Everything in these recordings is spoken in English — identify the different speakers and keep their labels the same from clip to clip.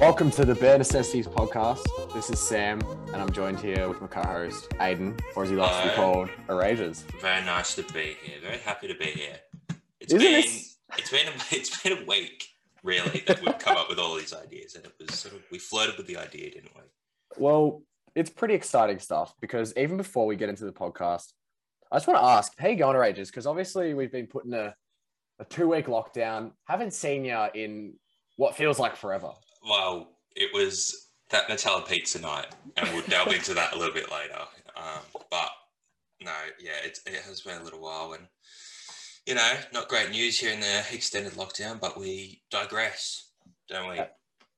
Speaker 1: Welcome to the Bare Necessities podcast. This is Sam, and I'm joined here with my co-host Aiden, or as he likes to be
Speaker 2: Hello.
Speaker 1: called, Erasers.
Speaker 2: Very nice to be here. Very happy to be here. It's
Speaker 1: Isn't
Speaker 2: been
Speaker 1: this?
Speaker 2: it's been a, it's been a week really that we've come up with all these ideas, and it was sort of we flirted with the idea, didn't we?
Speaker 1: Well, it's pretty exciting stuff because even before we get into the podcast, I just want to ask, how you going, Erasers? Because obviously we've been put in a, a two-week lockdown. Haven't seen you in what feels like forever.
Speaker 2: Well, it was that Nutella pizza night, and we'll delve into that a little bit later. Um, but no, yeah, it, it has been a little while, and you know, not great news here in the extended lockdown, but we digress, don't we?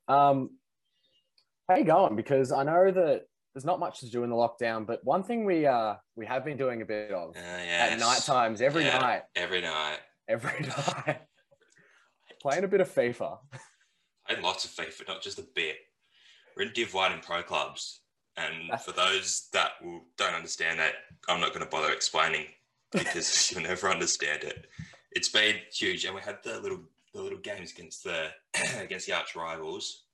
Speaker 1: Um, how you going? Because I know that there's not much to do in the lockdown, but one thing we uh we have been doing a bit of
Speaker 2: Uh, yes.
Speaker 1: at night times, every
Speaker 2: Yeah.
Speaker 1: night,
Speaker 2: Every night.
Speaker 1: every night, playing a bit of FIFA.
Speaker 2: I had lots of FIFA, not just a bit. We're in Div 1 in pro clubs. And
Speaker 1: That's-
Speaker 2: for those that will, don't understand that, I'm not going to bother explaining because you'll never understand it. It's been huge, and we had the little the little games against the against the arch rivals.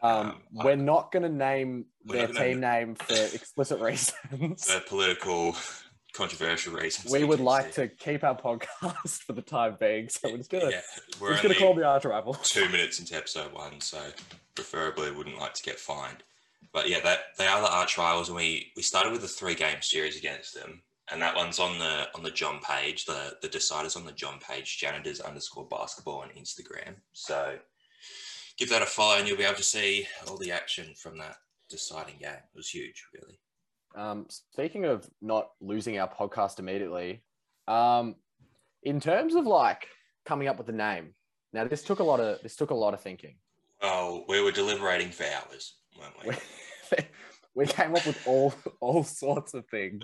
Speaker 1: Um,
Speaker 2: Um, I-
Speaker 1: we're not going to name
Speaker 2: We're
Speaker 1: their
Speaker 2: not gonna-
Speaker 1: team name for explicit reasons.
Speaker 2: for political, controversial reasons.
Speaker 1: we would
Speaker 2: can
Speaker 1: like
Speaker 2: see.
Speaker 1: to keep our podcast for the time being, so we're just gonna
Speaker 2: Yeah,
Speaker 1: we're
Speaker 2: we're
Speaker 1: just gonna
Speaker 2: only
Speaker 1: call the arch rival.
Speaker 2: two minutes into episode one, so preferably wouldn't like to get fined. But yeah, that they are the arch rivals, and we we started with a three game series against them, and that one's on the on the John page. The the deciders on the John page janitors underscore basketball on Instagram. So give that a follow, and you'll be able to see all the action from that deciding game. It was huge, really.
Speaker 1: Um, speaking of not losing our podcast immediately, um, in terms of like coming up with the name, now this took a lot of this took a lot of thinking.
Speaker 2: Well, we were deliberating for hours, weren't we?
Speaker 1: We, we came up with all all sorts of things.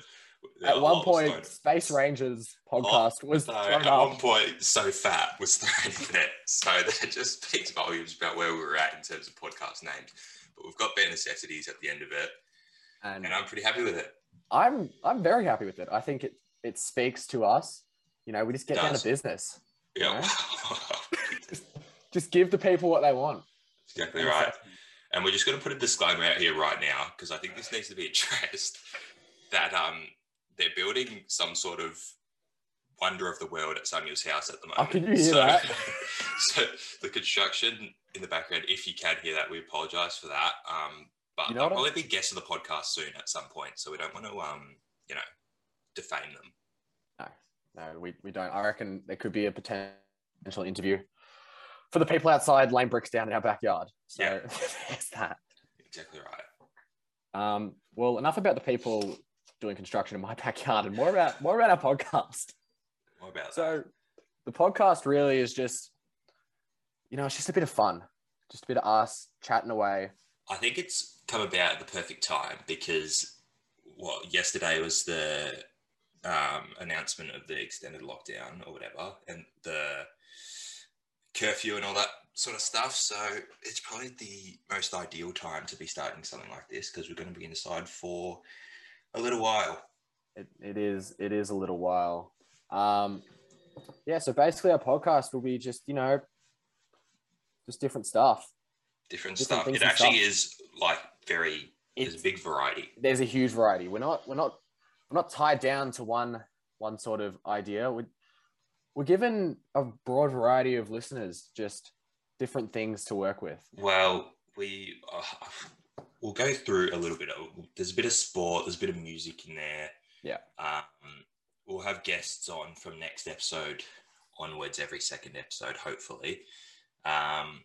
Speaker 1: At
Speaker 2: A
Speaker 1: one
Speaker 2: lot was
Speaker 1: point,
Speaker 2: thrown-
Speaker 1: Space Rangers podcast was
Speaker 2: So
Speaker 1: thrown
Speaker 2: at
Speaker 1: up.
Speaker 2: one point, so fat was thrown in it, so that just speaks volumes about where we were at in terms of podcast names. But we've got bare necessities at the end of it,
Speaker 1: and
Speaker 2: and I'm pretty happy with it.
Speaker 1: I'm I'm very happy with it. I think it it speaks to us. You know, we just get down
Speaker 2: Does.
Speaker 1: to business.
Speaker 2: Yeah,
Speaker 1: Just give the people what they want.
Speaker 2: exactly right. And we're just going to put a disclaimer out here right now because I think this needs to be addressed. That um, they're building some sort of wonder of the world at Samuel's house at the moment.
Speaker 1: Oh, can you hear that?
Speaker 2: so the construction in the background, if you can hear that, we apologise for that. Um, but
Speaker 1: You
Speaker 2: you
Speaker 1: know what
Speaker 2: will probably be guests of the podcast soon at some point, so we don't want to um, you know, defame them.
Speaker 1: No, we, we don't. I reckon there could be a potential interview for the people outside laying bricks down in our backyard. So
Speaker 2: Yeah.
Speaker 1: there's that.
Speaker 2: Exactly right.
Speaker 1: Um, well, enough about the people doing construction in my backyard and more about more about our podcast.
Speaker 2: What about
Speaker 1: So the podcast really is just, you know, it's just a bit of fun, just a bit of us chatting away.
Speaker 2: that? I think it's come about at the perfect time because what yesterday was the um, announcement of the extended lockdown or whatever, and the curfew and all that sort of stuff. So it's probably the most ideal time to be starting something like this because we're going to be inside for a little while.
Speaker 1: It, it is it is a little while. Um, yeah, so basically our podcast will be just you know, just different stuff. Different
Speaker 2: Different, stuff.
Speaker 1: things
Speaker 2: It
Speaker 1: and
Speaker 2: actually
Speaker 1: stuff.
Speaker 2: is like very. There's a
Speaker 1: It's,
Speaker 2: big variety.
Speaker 1: there's a huge variety. We're not we're not we're not tied down to one one sort of idea. We're we're given a broad variety of listeners, just different things to work with.
Speaker 2: Well, we uh, we'll go through a little bit. of- There's a bit of sport. There's a bit of music in there.
Speaker 1: Yeah.
Speaker 2: Um, we'll have guests on from next episode onwards. Every second episode, hopefully. Um,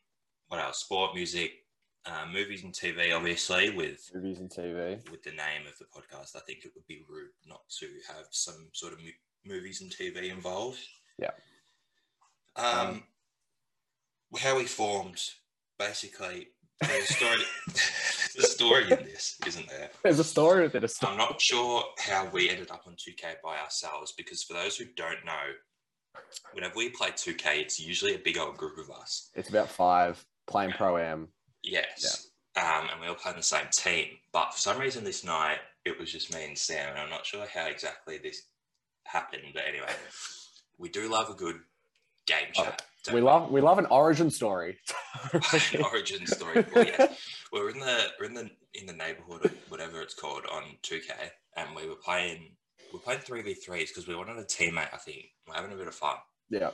Speaker 2: what else? Sport, music, uh, movies, and TV. Obviously, with
Speaker 1: Movies and TV.
Speaker 2: with the name of the podcast, I think it would be rude not to have some sort of mo- movies and TV involved.
Speaker 1: Yeah.
Speaker 2: Um, how we formed, basically, there's a story. there's a story in this, isn't there?
Speaker 1: There's a story within a story.
Speaker 2: I'm not sure how we ended up on 2K by ourselves because for those who don't know, whenever we play 2K, it's usually a big old group of us.
Speaker 1: It's about five playing pro am.
Speaker 2: Yes. Um, and we all played on the same team. But for some reason this night, it was just me and Sam. And I'm not sure how exactly this happened. But anyway, we do love a good game
Speaker 1: Oh,
Speaker 2: chat
Speaker 1: We love we love an origin story.
Speaker 2: an origin story. Well, yeah, we were in the we're in the in the neighborhood of whatever it's called on 2K, and we were playing we were playing three v threes because we wanted a teammate. I think we're having a bit of fun,
Speaker 1: yeah,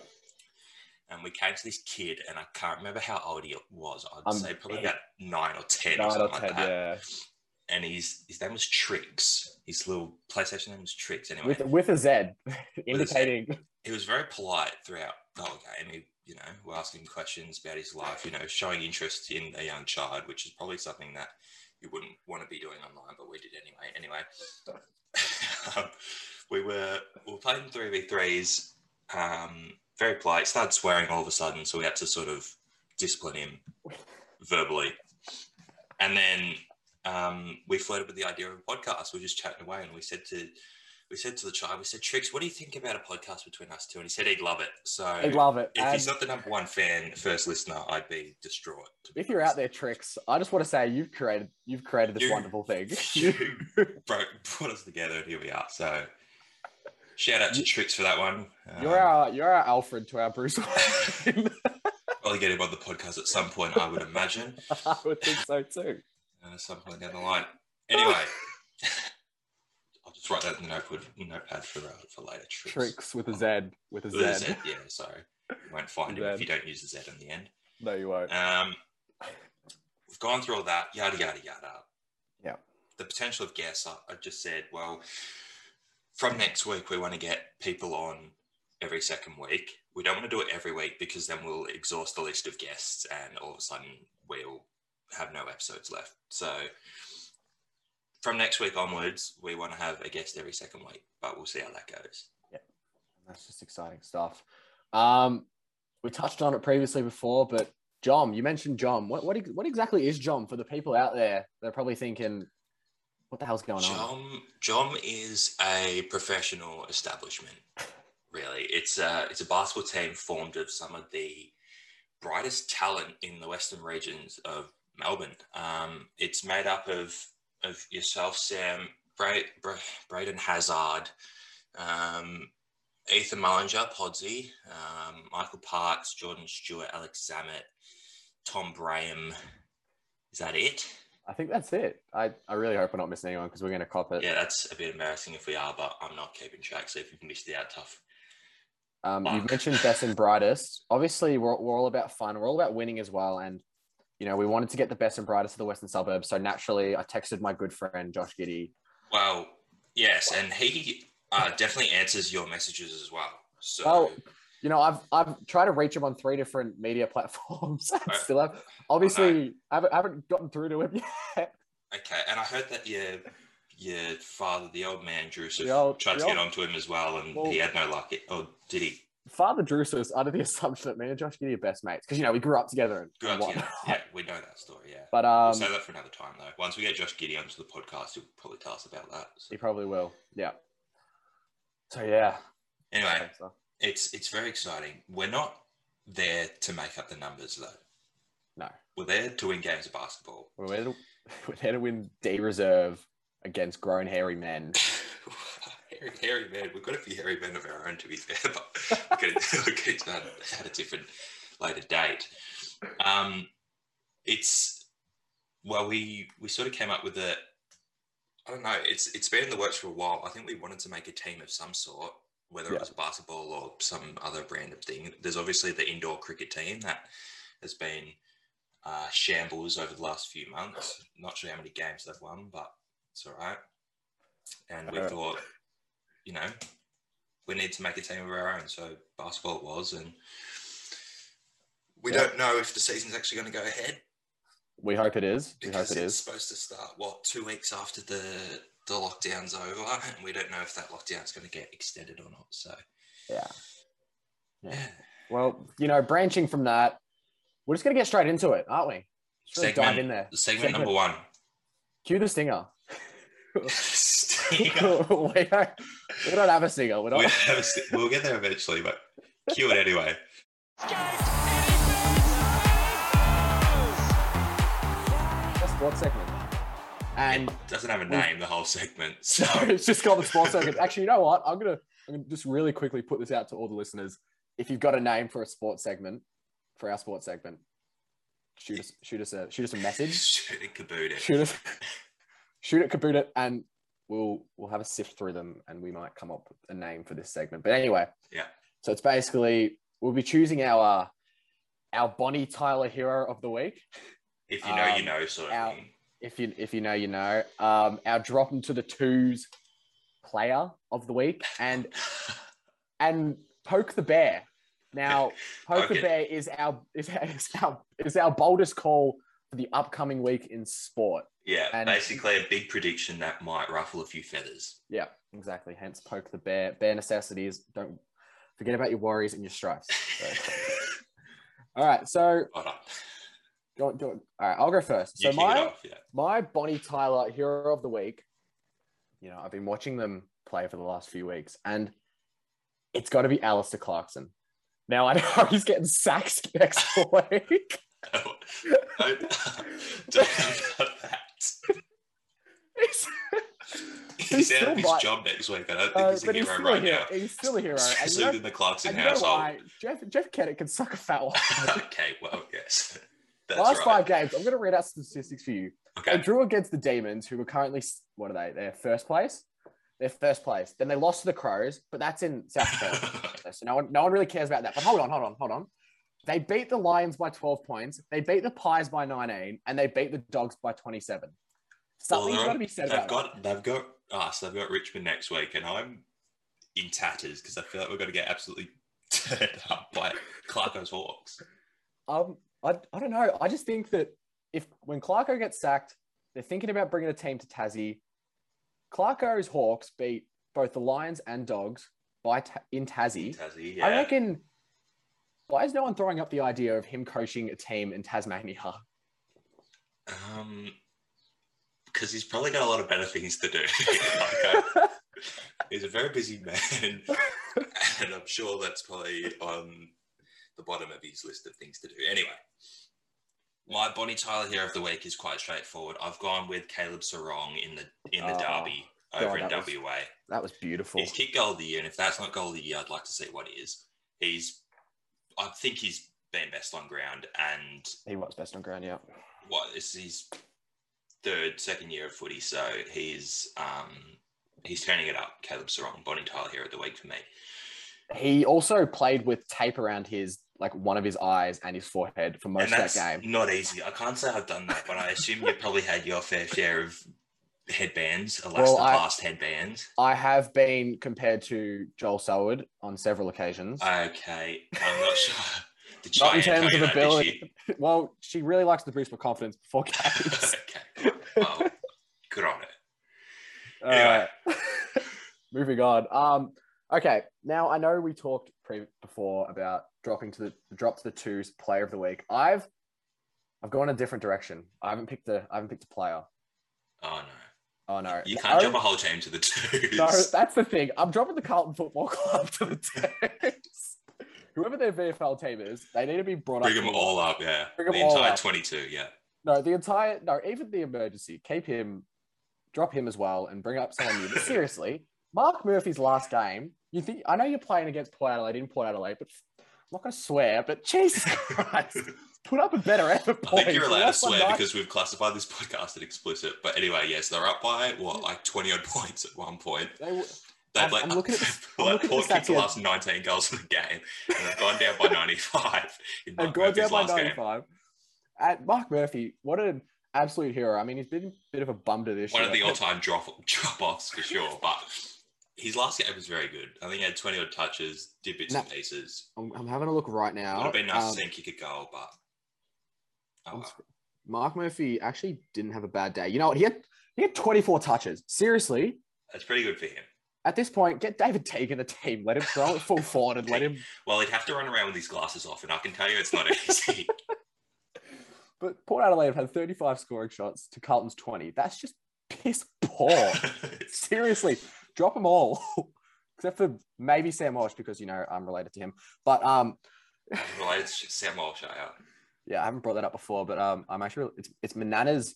Speaker 2: and we came to this kid, and I can't remember how old he was. I'd
Speaker 1: I'm
Speaker 2: say probably
Speaker 1: dead.
Speaker 2: about nine or ten
Speaker 1: nine
Speaker 2: or
Speaker 1: or
Speaker 2: something
Speaker 1: ten,
Speaker 2: like that.
Speaker 1: yeah,
Speaker 2: And his his name was Trix. His little PlayStation name was Trix. Anyway,
Speaker 1: with with a Z, indicating
Speaker 2: he was very polite throughout the whole game. He, you know, we're asking questions about his life, you know, showing interest in a young child, which is probably something that you wouldn't want to be doing online, but we did anyway. Anyway, um, we were we were playing three v threes, um, very polite. Started swearing all of a sudden, so we had to sort of discipline him verbally, and then. Um, we flirted with the idea of a podcast. We were just chatting away, and we said to we said to the child, we said, Trix, what do you think about a podcast between us two? And he said he'd love it. So
Speaker 1: I love it.
Speaker 2: if he's
Speaker 1: And
Speaker 2: not the number one fan, first listener, I'd be distraught. to be
Speaker 1: if you're out
Speaker 2: honest.
Speaker 1: there, tricks, I just want to say you've created you've created this
Speaker 2: You-
Speaker 1: wonderful thing.
Speaker 2: you bro- brought us together and here we are. So shout out to
Speaker 1: You-
Speaker 2: Trix for that one. Um,
Speaker 1: You're our you're our Alfred to our Bruce Wayne.
Speaker 2: Probably get him on the podcast at some point, I would imagine.
Speaker 1: I would think so too.
Speaker 2: Uh, some point down the line. Anyway, I'll just write that in the notepad, notepad for, uh, for later. Trix.
Speaker 1: Tricks with a Z with a
Speaker 2: With a
Speaker 1: Z.
Speaker 2: Z, yeah, sorry. You won't find him if
Speaker 1: Z.
Speaker 2: you don't use the Z in the end.
Speaker 1: No, you won't.
Speaker 2: Um, we've gone through all that, yada yada yada.
Speaker 1: Yeah.
Speaker 2: The potential of guests. I, I just said, well, from next week we want to get people on every second week. We don't want to do it every week because then we'll exhaust the list of guests, and all of a sudden we'll have no episodes left. So. From next week onwards, we want to have a guest every second week, but we'll see how that goes.
Speaker 1: That's just exciting stuff. Um, we touched on it previously before, but Jom, you mentioned Jom. What what, what exactly is Jom for the people out there? They're probably thinking, what the hell's going on?
Speaker 2: Jom, Jom is a professional establishment. Really, it's a it's a basketball team formed of some of the brightest talent in the western regions of Melbourne. Um, it's made up of of yourself, Sam, Bra- Bra- Braden Hazard, um, Ethan Mullinger, Podsy, um, Michael Parks, Jordan Stewart, Alex Zammett, Tom Braham. Is that it?
Speaker 1: I think that's it. I, I really hope we're not missing anyone because we're going to cop it.
Speaker 2: Yeah, that's a bit embarrassing if we are, but I'm not keeping track. So if you've missed it out, tough.
Speaker 1: Um, you
Speaker 2: Fuck.
Speaker 1: mentioned best and brightest. Obviously, we're, we're all about fun. We're all about winning as well. And, you know, we wanted to get the best and brightest of the Western suburbs. So naturally, I texted my good friend, Josh Giddy.
Speaker 2: Well, yes, and he uh, definitely answers your messages as well. So
Speaker 1: Well, You know, I've, I've tried to reach him on three different media platforms. I
Speaker 2: Right.
Speaker 1: still have. Obviously, I haven't, I haven't gotten through to him yet.
Speaker 2: okay, and I heard that your your father, the old man Joseph,
Speaker 1: The old-
Speaker 2: tried
Speaker 1: the
Speaker 2: to get
Speaker 1: old-
Speaker 2: onto him as well, and
Speaker 1: Well-
Speaker 2: he had no luck. It- Oh, did he?
Speaker 1: Father Drusus is under the assumption that me and Josh Giddy are best mates because you know we grew up together and,
Speaker 2: Good
Speaker 1: and
Speaker 2: idea.
Speaker 1: whatnot.
Speaker 2: Yeah, we know that story. Yeah,
Speaker 1: But
Speaker 2: we'll
Speaker 1: um,
Speaker 2: save that for another time though. Once we get Josh Giddy onto the podcast, he'll probably tell us about that. So,
Speaker 1: he probably will. Yeah. So yeah.
Speaker 2: anyway,
Speaker 1: Thanks, though.
Speaker 2: it's it's very exciting. We're not there to make up the numbers though.
Speaker 1: No,
Speaker 2: We're there to win games of basketball.
Speaker 1: we're there, to, we're there to win D reserve against grown hairy men.
Speaker 2: hairy, hairy man. We've got a few hairy men of our own, to be fair, but we'll get into- we'll get into that at a different later date. Um, it's well, we we sort of came up with a. I don't know. It's it's been in the works for a while. I think we wanted to make a team of some sort, whether
Speaker 1: Yeah.
Speaker 2: it was basketball or some other random thing. There's obviously the indoor cricket team that has been uh, shambles over the last few months. Not sure how many games they've won, but it's all right. And we
Speaker 1: Uh.
Speaker 2: thought, you know, we need to make a team of our own. So basketball it was, and we
Speaker 1: Yeah.
Speaker 2: don't know if the season's actually going to go ahead
Speaker 1: We hope it is. We hope
Speaker 2: because
Speaker 1: it
Speaker 2: it's
Speaker 1: is.
Speaker 2: supposed to start what two weeks after the the lockdown's over, and we don't know if that lockdown's going to get extended or not. So
Speaker 1: Yeah.
Speaker 2: yeah,
Speaker 1: Well, you know, branching from that, we're just gonna get straight into it, aren't we? Just really dive
Speaker 2: Segment-
Speaker 1: in there.
Speaker 2: segment,
Speaker 1: Segment.
Speaker 2: number one.
Speaker 1: Cue the stinger. we,
Speaker 2: Sting.
Speaker 1: don't, we don't have a stinger. We
Speaker 2: we
Speaker 1: don't.
Speaker 2: have a st- we'll get there eventually, but cue it anyway.
Speaker 1: Just sports segment. And
Speaker 2: It doesn't have a
Speaker 1: we-
Speaker 2: name, the whole segment. So
Speaker 1: So it's just called the sports circuit. Actually, you know what? I'm gonna, I'm gonna just really quickly put this out to all the listeners. if you've got a name for a sports segment, for our sports segment, shoot us, shoot us a shoot us a message.
Speaker 2: Shoot it, kaboot it.
Speaker 1: Shoot us, shoot it, kaboot it, and we'll we'll have a sift through them, and we might come up with a name for this segment. But anyway,
Speaker 2: Yeah.
Speaker 1: So it's basically we'll be choosing our our Bonnie Tyler hero of the week.
Speaker 2: If you know, you
Speaker 1: Um,
Speaker 2: know, sort of
Speaker 1: out.
Speaker 2: thing.
Speaker 1: If you if you know, you know. Um, our drop into the twos player of the week, and and poke the bear. Now, poke
Speaker 2: Okay.
Speaker 1: the bear is our is, is our is our boldest call for the upcoming week in sport.
Speaker 2: Yeah,
Speaker 1: and-
Speaker 2: basically a big prediction that might ruffle a few feathers.
Speaker 1: Yeah, exactly. Hence, poke the bear. Bear necessities. Don't forget about your worries and your strifes. So, all right, so
Speaker 2: Hold on.
Speaker 1: go on, go on. All right, I'll go first. So
Speaker 2: You kick
Speaker 1: my
Speaker 2: it off, yeah.
Speaker 1: my Bonnie Tyler hero of the week, you know, I've been watching them play for the last few weeks, and it's got to be Alistair Clarkson. Now I know he's getting sacked next week.
Speaker 2: I don't know about that.
Speaker 1: He's,
Speaker 2: He's out of his
Speaker 1: might-
Speaker 2: job next week. I don't think
Speaker 1: uh,
Speaker 2: he's a
Speaker 1: but he's
Speaker 2: hero
Speaker 1: still a
Speaker 2: right
Speaker 1: hero.
Speaker 2: now.
Speaker 1: He's still a hero. And you
Speaker 2: Especially
Speaker 1: know,
Speaker 2: within the Clarkson
Speaker 1: and you know
Speaker 2: household.
Speaker 1: why? Jeff Jeff Kennett can suck a fat one.
Speaker 2: okay, well, yes. That's
Speaker 1: Last
Speaker 2: right.
Speaker 1: five games, I'm going to read out some statistics for you. They
Speaker 2: Okay.
Speaker 1: drew against the Demons, who were currently s- what are they? They're first place. They're first place. Then they lost to the Crows, but that's in South Australia. so no one, no one really cares about that. But hold on, hold on, hold on. They beat the Lions by 12 points. They beat the Pies by 19, and they beat the Dogs by 27. Something's
Speaker 2: they're-
Speaker 1: got to be said
Speaker 2: they've
Speaker 1: about
Speaker 2: got they've got us, they've got Richmond next week, and I'm in tatters because I feel like we're gonna get absolutely turned up by Clarko's Hawks.
Speaker 1: that. Um, I, I don't know. I just think that if when Clarko gets sacked, they're thinking about bringing a team to Tassie. Clarko's Hawks beat both the Lions and Dogs by ta- in Tassie.
Speaker 2: Tassie, yeah.
Speaker 1: I reckon. Why is no one throwing up the idea of him coaching a team in Tasmania?
Speaker 2: Um, because he's probably got a lot of better things to do. Like, uh, he's a very busy man, and I'm sure that's probably on the bottom of his list of things to do. Anyway, my Bonnie Tyler hero of the week is quite straightforward. I've gone with Caleb Sarong in the in the
Speaker 1: Oh,
Speaker 2: derby
Speaker 1: God,
Speaker 2: over in
Speaker 1: that was
Speaker 2: WA.
Speaker 1: that was beautiful.
Speaker 2: He's kicked goal of the year, and if that's not goal of the year, I'd like to see what is. He's, I think he's been best on ground, and
Speaker 1: He was best on ground, yeah.
Speaker 2: what it's his third, second year of footy, so he's um he's turning it up. Caleb Sarong, Bonnie Tyler here at the week for me.
Speaker 1: He also played with tape around his like one of his eyes and his forehead for most
Speaker 2: and
Speaker 1: of
Speaker 2: that's
Speaker 1: that game.
Speaker 2: not easy. I can't say I've done that, but I assume you probably had your fair share of headbands,
Speaker 1: Well, I-
Speaker 2: elastoplast headbands.
Speaker 1: I have been compared to Joel Soward on several occasions.
Speaker 2: Okay, I'm not sure. Did
Speaker 1: Not in
Speaker 2: Cheyenne tell
Speaker 1: terms
Speaker 2: you
Speaker 1: of
Speaker 2: that, did
Speaker 1: ability. well, she really likes to boost my confidence before games.
Speaker 2: she? okay, well, good on it.
Speaker 1: All right. Uh, Moving on. Um, okay. Now I know we talked pre- before about dropping to the drop to the twos player of the week. I've I've gone a different direction. I haven't picked a I haven't picked a player.
Speaker 2: Oh
Speaker 1: Oh
Speaker 2: no,
Speaker 1: no.
Speaker 2: you can't
Speaker 1: no,
Speaker 2: jump a whole team to the twos.
Speaker 1: no, that's the thing. I'm dropping the Carlton Football Club to the twos. Whoever their VFL team is, they need to be brought
Speaker 2: Bring
Speaker 1: up.
Speaker 2: them all up, yeah.
Speaker 1: Bring 'em
Speaker 2: the
Speaker 1: all
Speaker 2: entire
Speaker 1: up.
Speaker 2: 22, yeah.
Speaker 1: No, the entire no, even the emergency. Keep him, drop him as well, and bring up someone new. But seriously, Mark Murphy's last game. You think I know you're playing against Port Adelaide in Port Adelaide, but I'm not going to swear. But Jesus Christ, put up a better effort.
Speaker 2: I think
Speaker 1: boys.
Speaker 2: you're
Speaker 1: We
Speaker 2: allowed to
Speaker 1: lost by
Speaker 2: swear
Speaker 1: nine-
Speaker 2: because we've classified this podcast as explicit. But anyway, yes, they're up by what, like 20 odd points at one point.
Speaker 1: they were-
Speaker 2: They've
Speaker 1: I'm-
Speaker 2: like,
Speaker 1: I'm looking at the- I'm
Speaker 2: like
Speaker 1: looking at the
Speaker 2: Port
Speaker 1: stats
Speaker 2: kicked the
Speaker 1: here.
Speaker 2: last 19 goals in the game, and they've gone down by 95 in
Speaker 1: they've
Speaker 2: Mark
Speaker 1: gone down
Speaker 2: Murphy's
Speaker 1: by
Speaker 2: last game.
Speaker 1: 95. At Mark Murphy, what an absolute hero! I mean, he's been a bit of a bum to this
Speaker 2: One
Speaker 1: year.
Speaker 2: of the all-time drop drop offs for sure. But his last game was very good. I think he had 20 odd touches, did bits and pieces.
Speaker 1: I'm, I'm having a look right now.
Speaker 2: Would have been nice
Speaker 1: Um,
Speaker 2: to see him kick a goal, but oh,
Speaker 1: I'm
Speaker 2: well.
Speaker 1: sc- Mark Murphy actually didn't have a bad day. You know what? He had he had 24 touches. Seriously,
Speaker 2: that's pretty good for him.
Speaker 1: at this point, get David Teague in the team. Let him throw it full forward and let him.
Speaker 2: Well, he'd have to run around with his glasses off, and I can tell you it's not easy.
Speaker 1: But Port Adelaide have had 35 scoring shots to Carlton's 20. That's just piss poor. Seriously, drop them all, except for maybe Sam Walsh because you know I'm related to him. But um,
Speaker 2: well, it's Sam Walsh. I uh, am.
Speaker 1: yeah, I haven't brought that up before. But um, I'm actually it's it's Manana's.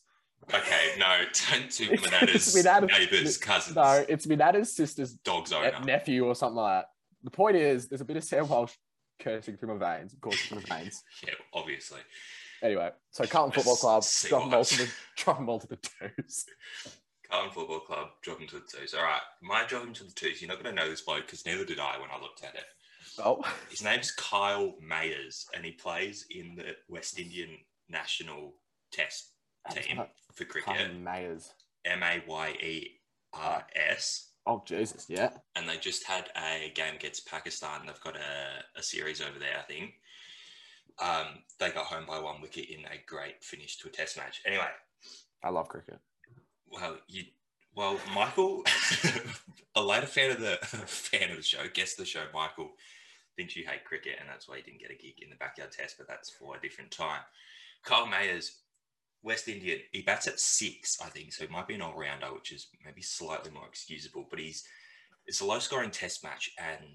Speaker 2: Okay, no, don't do
Speaker 1: It's-
Speaker 2: Manada's
Speaker 1: it's Manada's-
Speaker 2: neighbours, cousins,
Speaker 1: No, it's Manana's sister's
Speaker 2: dog's
Speaker 1: ne-
Speaker 2: owner.
Speaker 1: nephew or something like that. The point is, there's a bit of Sam Walsh cursing through my veins, coursing through my veins.
Speaker 2: Yeah, obviously.
Speaker 1: Anyway, so Carlton Football Club,
Speaker 2: See
Speaker 1: drop
Speaker 2: what
Speaker 1: all to
Speaker 2: happens.
Speaker 1: the drop all to the toes.
Speaker 2: Carlton Football Club, drop him to the twos. All right, my drop him to the twos. You're not going to know this bloke because neither did I when I looked at it.
Speaker 1: Oh,
Speaker 2: His name's Kyle Mayers, and he plays in the West Indian national test team for
Speaker 1: Carlton
Speaker 2: cricket.
Speaker 1: Mayers.
Speaker 2: M A Y E R S.
Speaker 1: Oh Jesus, yeah.
Speaker 2: And they just had a game against Pakistan. They've got a, a series over there, I think. Um, they got home by one wicket in a great finish to a test match. Anyway,
Speaker 1: I love cricket.
Speaker 2: Well, you well, Michael, a later fan of the fan of the show, guest of the show, Michael, thinks you hate cricket, and that's why you didn't get a gig in the backyard test, but that's for a different time. Carl Mayers, West Indian, he bats at six, I think, so he might be an all rounder, which is maybe slightly more excusable, but he's it's a low scoring test match and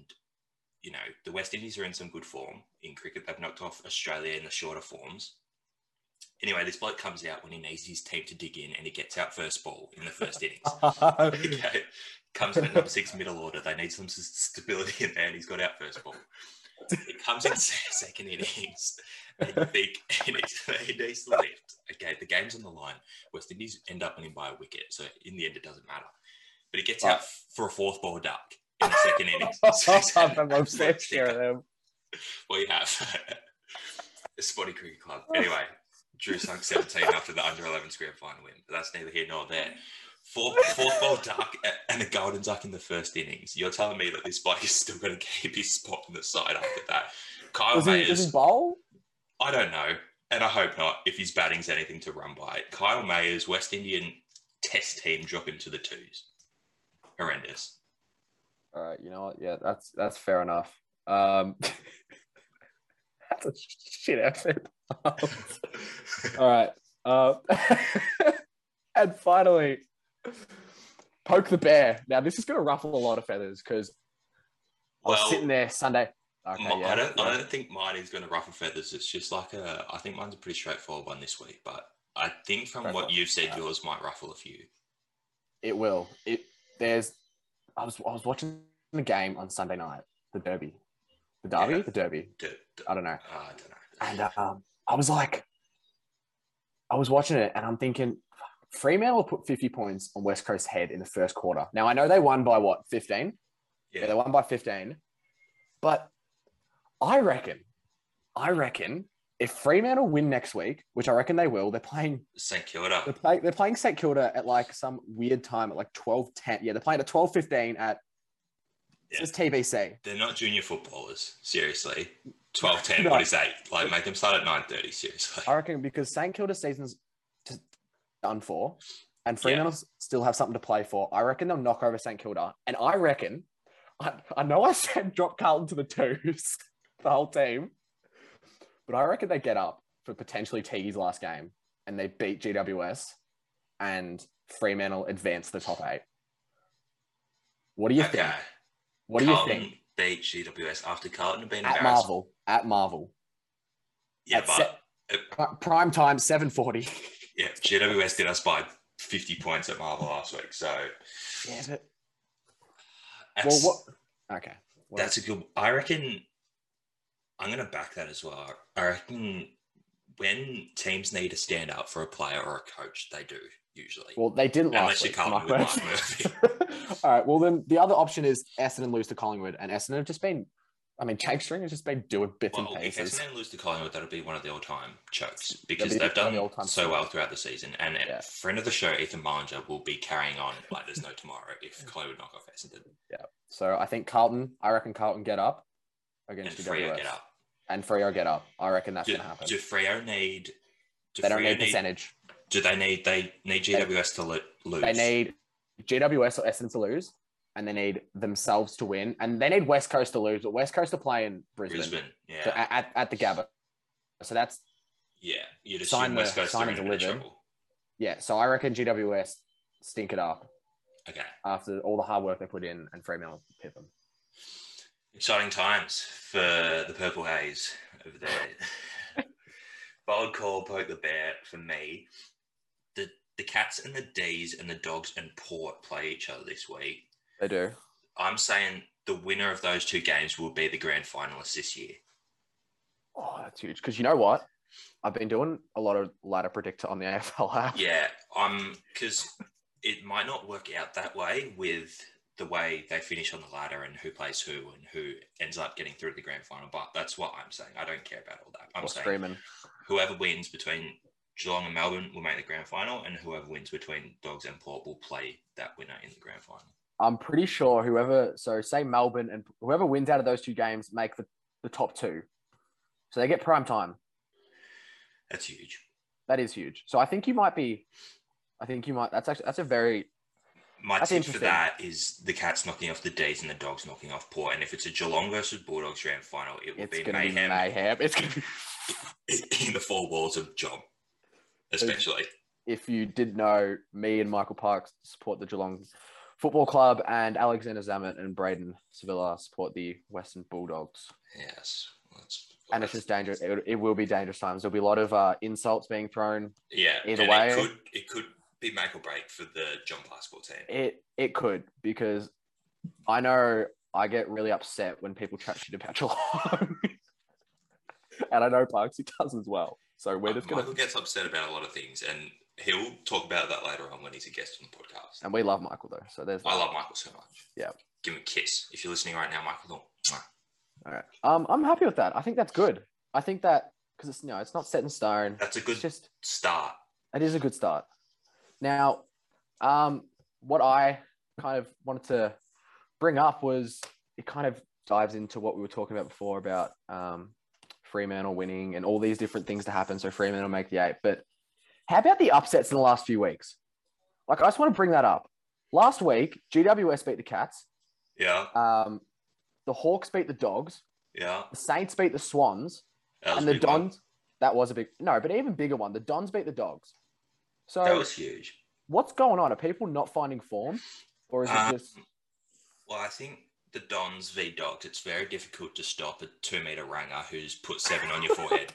Speaker 2: you know, the West Indies are in some good form in cricket. They've knocked off Australia in the shorter forms. Anyway, this bloke comes out when he needs his team to dig in and he gets out first ball in the first innings. Okay. Comes in at number six middle order. They need some s- stability in there and he's got out first ball. He comes in se- second innings and you think he needs, he needs to lift. Okay, the game's on the line. West Indies end up winning by a wicket. So in the end, it doesn't matter. But he gets out f- for a fourth ball duck in the second innings. So he's had
Speaker 1: I'm
Speaker 2: an absolute
Speaker 1: obsessed here.
Speaker 2: sticker.
Speaker 1: with them.
Speaker 2: Well, you have. the Spotty Cricket Club. Anyway, Drew sunk 17 after the under 11 grand final win, but that's neither here nor there. Four, fourth ball duck a- and a golden duck in the first innings. You're telling me that this bloke is still going to keep his spot on the side after that. Kyle
Speaker 1: Was he, was
Speaker 2: Mayers,
Speaker 1: he bowl?
Speaker 2: I don't know, and I hope not if his batting's anything to run by. Kyle Mayers, West Indian test team, drop him to the twos. Horrendous.
Speaker 1: All right, you know what? Yeah, that's that's fair enough. Um, that's a shit effort. All right. Uh, and finally, poke the bear. Now this is going to ruffle a lot of feathers because I
Speaker 2: Well-
Speaker 1: was sitting there Sunday. Okay,
Speaker 2: Mi-
Speaker 1: yeah,
Speaker 2: I don't.
Speaker 1: yeah.
Speaker 2: I don't think mine is going to ruffle feathers. It's just like a. I think mine's a pretty straightforward one this week, but I think from what
Speaker 1: Straightforward.
Speaker 2: you've said,
Speaker 1: Yeah.
Speaker 2: yours might ruffle a few.
Speaker 1: It will. It there's. I was I was watching the game on Sunday night, the derby, the derby,
Speaker 2: Yeah.
Speaker 1: the derby.
Speaker 2: D- d- uh,
Speaker 1: I don't know.
Speaker 2: I don't know.
Speaker 1: And um, I was like, I was watching it and I'm thinking, Fremantle put 50 points on West Coast head in the first quarter. Now I know they won by what 15.
Speaker 2: yeah.
Speaker 1: Yeah, they won by 15. But I reckon, I reckon if Fremantle win next week, which I reckon they will, they're playing
Speaker 2: St
Speaker 1: they're,
Speaker 2: Kilda.
Speaker 1: play, they're playing St Kilda at like some weird time at like 12 10. Yeah, they're playing at 12 15 at it says TBC.
Speaker 2: They're not junior footballers. Seriously. 12, 10,
Speaker 1: No.
Speaker 2: what is that? Like, make them start at 9.30, seriously.
Speaker 1: I reckon because St Kilda season's just done for and
Speaker 2: Yeah.
Speaker 1: Fremantle s- still have something to play for. I reckon they'll knock over St Kilda. And I reckon, I, I know I said drop Carlton to the twos, the whole team, but I reckon they get up for potentially Teague's last game and they beat GWS and Fremantle advance to the top eight. What do you
Speaker 2: okay.
Speaker 1: think? What do you
Speaker 2: Carlton
Speaker 1: think?
Speaker 2: beat GWS after Carlton have been
Speaker 1: At
Speaker 2: embarrassed.
Speaker 1: Marvel, at Marvel,
Speaker 2: Yeah,
Speaker 1: At
Speaker 2: but
Speaker 1: se- Pri- prime time, seven forty.
Speaker 2: yeah, GWS did us by 50 points at Marvel last week. So,
Speaker 1: yeah, but well,
Speaker 2: that's-
Speaker 1: what? Okay, Well,
Speaker 2: That's a good. I reckon. I'm going to back that as well. I reckon when teams need to stand out for a player or a coach, they do usually.
Speaker 1: Well, they didn't last
Speaker 2: Unless you
Speaker 1: week.
Speaker 2: can't
Speaker 1: Mark
Speaker 2: win with
Speaker 1: Murphy. All right. Well, then the other option is Essendon lose to Collingwood, and Essendon have just been. I mean, Jake String has just been doing bits
Speaker 2: well,
Speaker 1: and
Speaker 2: if
Speaker 1: pieces.
Speaker 2: Essendon lose to Collingwood, that'll be one of the all-time chokes because
Speaker 1: be
Speaker 2: they've
Speaker 1: one of the
Speaker 2: done
Speaker 1: all-time
Speaker 2: so
Speaker 1: chokes.
Speaker 2: well throughout the season. And
Speaker 1: Yeah.
Speaker 2: a friend of the show, Ethan Mullinger, will be carrying on like there's no tomorrow if Collingwood knock off Essendon
Speaker 1: So I think Carlton. I reckon Carlton get up
Speaker 2: and
Speaker 1: against
Speaker 2: Freo
Speaker 1: GWS
Speaker 2: get up.
Speaker 1: and Freo get up. I reckon that's
Speaker 2: Do,
Speaker 1: gonna happen.
Speaker 2: do Freo need? Do
Speaker 1: they don't
Speaker 2: Freo
Speaker 1: need percentage.
Speaker 2: Do they need? They need GWS to lo- lose.
Speaker 1: They need GWS or Essendon to lose, and they need themselves to win, and they need West Coast to lose. But West Coast are playing Brisbane,
Speaker 2: Brisbane. Yeah.
Speaker 1: So at, at at the Gabba. So that's
Speaker 2: Yeah, you'd assume
Speaker 1: Sign
Speaker 2: West
Speaker 1: the-
Speaker 2: Coast
Speaker 1: sign
Speaker 2: are in
Speaker 1: and
Speaker 2: a bit of
Speaker 1: deliver.
Speaker 2: trouble.
Speaker 1: yeah. So I reckon GWS stink it up.
Speaker 2: Okay,
Speaker 1: after all the hard work they put in and Fremantle pip them.
Speaker 2: exciting times for the Purple Haze over there. Bold call, poke the bear for me. The the cats and the D's and the dogs and Port play each other this week.
Speaker 1: They do.
Speaker 2: I'm saying the winner of those two games will be the grand finalists this year.
Speaker 1: Oh, that's huge. Because you know what? I've been doing a lot of ladder predictor on the AFL app.
Speaker 2: Yeah, um, because it might not work out that way with the way they finish on the ladder and who plays who and who ends up getting through to the grand final. But that's what I'm saying. I don't care about all that. I'm
Speaker 1: Or
Speaker 2: saying
Speaker 1: streaming.
Speaker 2: whoever wins between Geelong and Melbourne will make the grand final, and whoever wins between Dogs and Port will play that winner in the grand final.
Speaker 1: I'm pretty sure whoever, so say Melbourne and whoever wins out of those two games make the, the top two. So they get prime time.
Speaker 2: That's huge.
Speaker 1: That is huge. So I think you might be, I think you might, that's actually, that's a very,
Speaker 2: My
Speaker 1: That's
Speaker 2: tip for
Speaker 1: interesting.
Speaker 2: that is the Cats knocking off the D's and the Dogs knocking off Port. And if it's a Geelong versus Bulldogs grand final, it will
Speaker 1: it's
Speaker 2: be
Speaker 1: going to be
Speaker 2: mayhem
Speaker 1: mayhem. It's going to be,
Speaker 2: in the four walls of Job, especially.
Speaker 1: if you did know, me and Michael Parks support the Geelong Football Club and Alexander Zammit and Braden Sevilla support the Western Bulldogs.
Speaker 2: Yes. That's,
Speaker 1: And it's just dangerous. It, it will be dangerous times. There'll be a lot of uh, insults being thrown.
Speaker 2: Yeah.
Speaker 1: Either
Speaker 2: and
Speaker 1: way.
Speaker 2: It could, it could be make or break for the John basketball team.
Speaker 1: It it could because I know I get really upset when people chat shit about Geelong, and I know Parksy does as well. So we're just gonna
Speaker 2: Michael gets upset about a lot of things, and he'll talk about that later on when he's a guest on the podcast.
Speaker 1: and we love Michael though. So there's
Speaker 2: I
Speaker 1: that.
Speaker 2: love Michael so much.
Speaker 1: Um, Yeah.
Speaker 2: Give him a kiss. If you're listening right now, Michael, mwah.
Speaker 1: all right. Um, I'm happy with that. I think that's good. I think that because it's no, it's not set in stone.
Speaker 2: that's a
Speaker 1: It's
Speaker 2: good
Speaker 1: just
Speaker 2: start.
Speaker 1: it is a good start. Now, um, what I kind of wanted to bring up was it kind of dives into what we were talking about before about um, Fremantle winning and all these different things to happen. So Fremantle make the eight. But how about the upsets in the last few weeks? Like, I just want to bring that up. Last week, GWS beat the Cats.
Speaker 2: Yeah.
Speaker 1: Um, the Hawks beat the Dogs.
Speaker 2: Yeah.
Speaker 1: The Saints beat the Swans
Speaker 2: That was
Speaker 1: and
Speaker 2: a
Speaker 1: the
Speaker 2: big one.
Speaker 1: Dons. That was a big no, but even bigger one. The Dons beat the Dogs. So
Speaker 2: That was huge.
Speaker 1: what's going on? Are people not finding form, or is it
Speaker 2: Um,
Speaker 1: just
Speaker 2: Well, I think the Dons v Dogs, it's very difficult to stop a two meter ranger who's put seven on your forehead.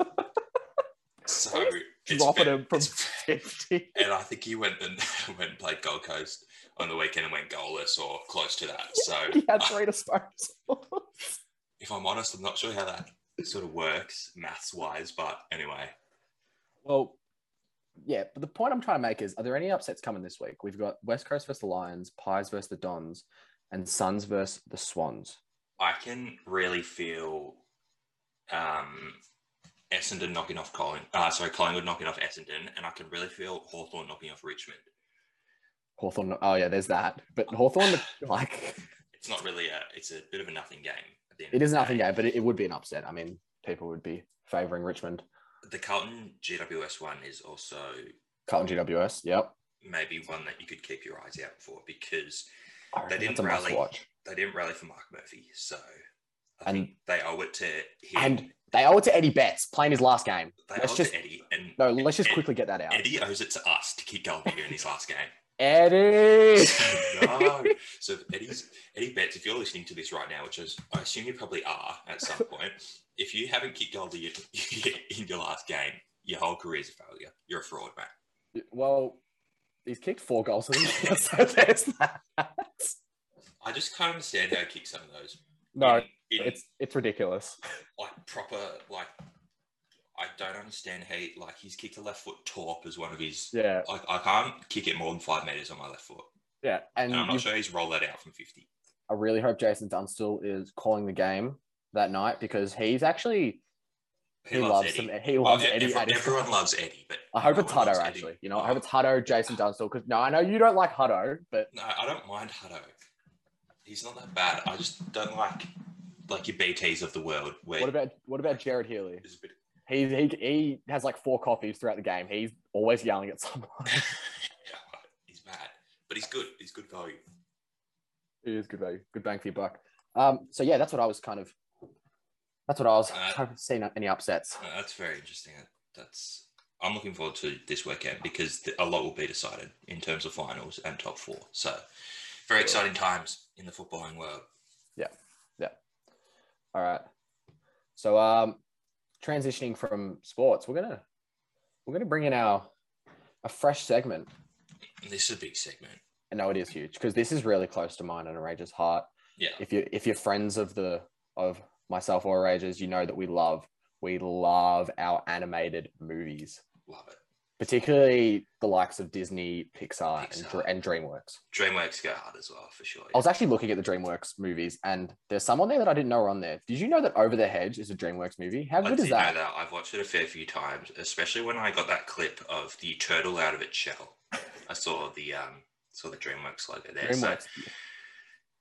Speaker 2: So it's
Speaker 1: dropping
Speaker 2: ve-
Speaker 1: him from
Speaker 2: it's-
Speaker 1: fifty?
Speaker 2: and I think he went and went and played Gold Coast on the weekend and went goalless or close to that. So
Speaker 1: he had three disposals.
Speaker 2: if I'm honest, I'm not sure how that sort of works maths wise, but anyway.
Speaker 1: well, yeah, but the point I'm trying to make is: Are there any upsets coming this week? We've got West Coast versus the Lions, Pies versus the Dons, and Suns versus the Swans.
Speaker 2: I can really feel um, Essendon knocking off Colin. Uh, sorry, Collingwood knocking off Essendon, and I can really feel Hawthorn knocking off Richmond.
Speaker 1: Hawthorn. Oh yeah, there's that. But Hawthorn, like,
Speaker 2: It's not really a. It's a bit of a nothing game. At the end
Speaker 1: it
Speaker 2: of
Speaker 1: is
Speaker 2: the
Speaker 1: nothing
Speaker 2: day.
Speaker 1: game, but it, it would be an upset. I mean, people would be favouring Richmond.
Speaker 2: The Carlton GWS one is also
Speaker 1: Carlton GWS. Yep.
Speaker 2: maybe one that you could keep your eyes out for because
Speaker 1: I reckon
Speaker 2: didn't
Speaker 1: that's a must
Speaker 2: rally.
Speaker 1: watch.
Speaker 2: they didn't rally for Mark Murphy, so I
Speaker 1: And-
Speaker 2: think they owe it to him.
Speaker 1: And they owe it to Eddie Betts playing his last game.
Speaker 2: they
Speaker 1: let's
Speaker 2: owe
Speaker 1: just-
Speaker 2: it to Eddie. And
Speaker 1: No, let's just
Speaker 2: Ed-
Speaker 1: quickly get that out.
Speaker 2: Eddie owes it to us to keep Goldberg in his last game.
Speaker 1: Eddie.
Speaker 2: no. So if Eddie's Eddie Betts, if you're listening to this right now, which is I assume you probably are at some point, if you haven't kicked goal in in your last game, your whole career's a failure. You're a fraud, mate.
Speaker 1: well, he's kicked four goals. hasn't he? so there's that.
Speaker 2: I just can't understand how he kicked some of those.
Speaker 1: No,
Speaker 2: In- in,
Speaker 1: it's it's ridiculous.
Speaker 2: like proper like I don't understand how he, like he's kicked a left foot torp as one of his.
Speaker 1: Yeah,
Speaker 2: Like I can't kick it more than five meters on my left foot,
Speaker 1: yeah. And
Speaker 2: and I'm
Speaker 1: Mm, you-
Speaker 2: not sure he's rolled that out from fifty.
Speaker 1: I really hope Jason Dunstall is calling the game that night because he's actually he, loves him. He
Speaker 2: Oh,
Speaker 1: loves
Speaker 2: e-
Speaker 1: Eddie.
Speaker 2: everyone,
Speaker 1: at his-
Speaker 2: everyone loves Eddie, but
Speaker 1: I hope
Speaker 2: no
Speaker 1: it's
Speaker 2: one
Speaker 1: Hutto
Speaker 2: loves Eddie.
Speaker 1: actually. You know, I hope it's Hutto, Jason Dunstall. Because no, I know you don't like Hutto, but
Speaker 2: No, I don't mind Hutto. He's not that bad. I just don't like like your BTS of the world. Where
Speaker 1: what about what about Jared Healy?
Speaker 2: there's a bit-
Speaker 1: He he he has like four coffees throughout the game. He's always yelling at someone.
Speaker 2: Yeah, he's bad, but he's good. He's good value.
Speaker 1: It is good value, good bang for your buck. Um, so yeah, that's what I was kind of. That's what I was
Speaker 2: Uh,
Speaker 1: hoping to see no- any upsets.
Speaker 2: Uh, that's very interesting. That's I'm looking forward to this weekend because th- a lot will be decided in terms of finals and top four. So very exciting times in the footballing world.
Speaker 1: All right. So um, transitioning from sports, we're gonna we're gonna bring in our a fresh segment.
Speaker 2: And This is a big segment.
Speaker 1: And no, it is huge because this is really close to mine and Rage's heart.
Speaker 2: Yeah,
Speaker 1: If you if you're friends of the of myself or Rage's, you know that we love we love our animated movies,
Speaker 2: Love it.
Speaker 1: particularly the likes of Disney, Pixar, and,
Speaker 2: Pixar.
Speaker 1: Dr- and DreamWorks.
Speaker 2: DreamWorks go hard as well, for sure.
Speaker 1: I was actually looking at the DreamWorks movies, and there's some on there that I didn't know were on there. Did you know that Over the Hedge is a DreamWorks movie? How
Speaker 2: I
Speaker 1: good is
Speaker 2: did know
Speaker 1: that?
Speaker 2: that. I've watched it a fair few times, especially when I got that clip of the turtle out of its shell. I saw the um, saw the DreamWorks logo there. So
Speaker 1: DreamWorks.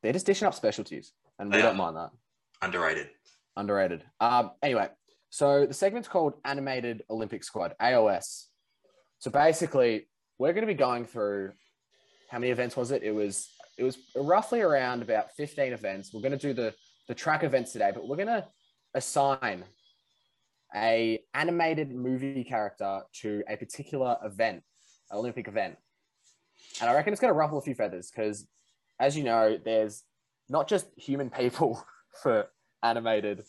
Speaker 1: They're just dishing up specialties, and we
Speaker 2: They
Speaker 1: don't
Speaker 2: are.
Speaker 1: mind that.
Speaker 2: underrated.
Speaker 1: Underrated. Um, anyway, so the segment's called Animated Olympic Squad, AOS. So basically, we're going to be going through how many events was it? It was it was roughly around about 15 events. We're going to do the the track events today, but we're going to assign a animated movie character to a particular event, an Olympic event. And I reckon it's going to ruffle a few feathers because as you know, there's not just human people for animated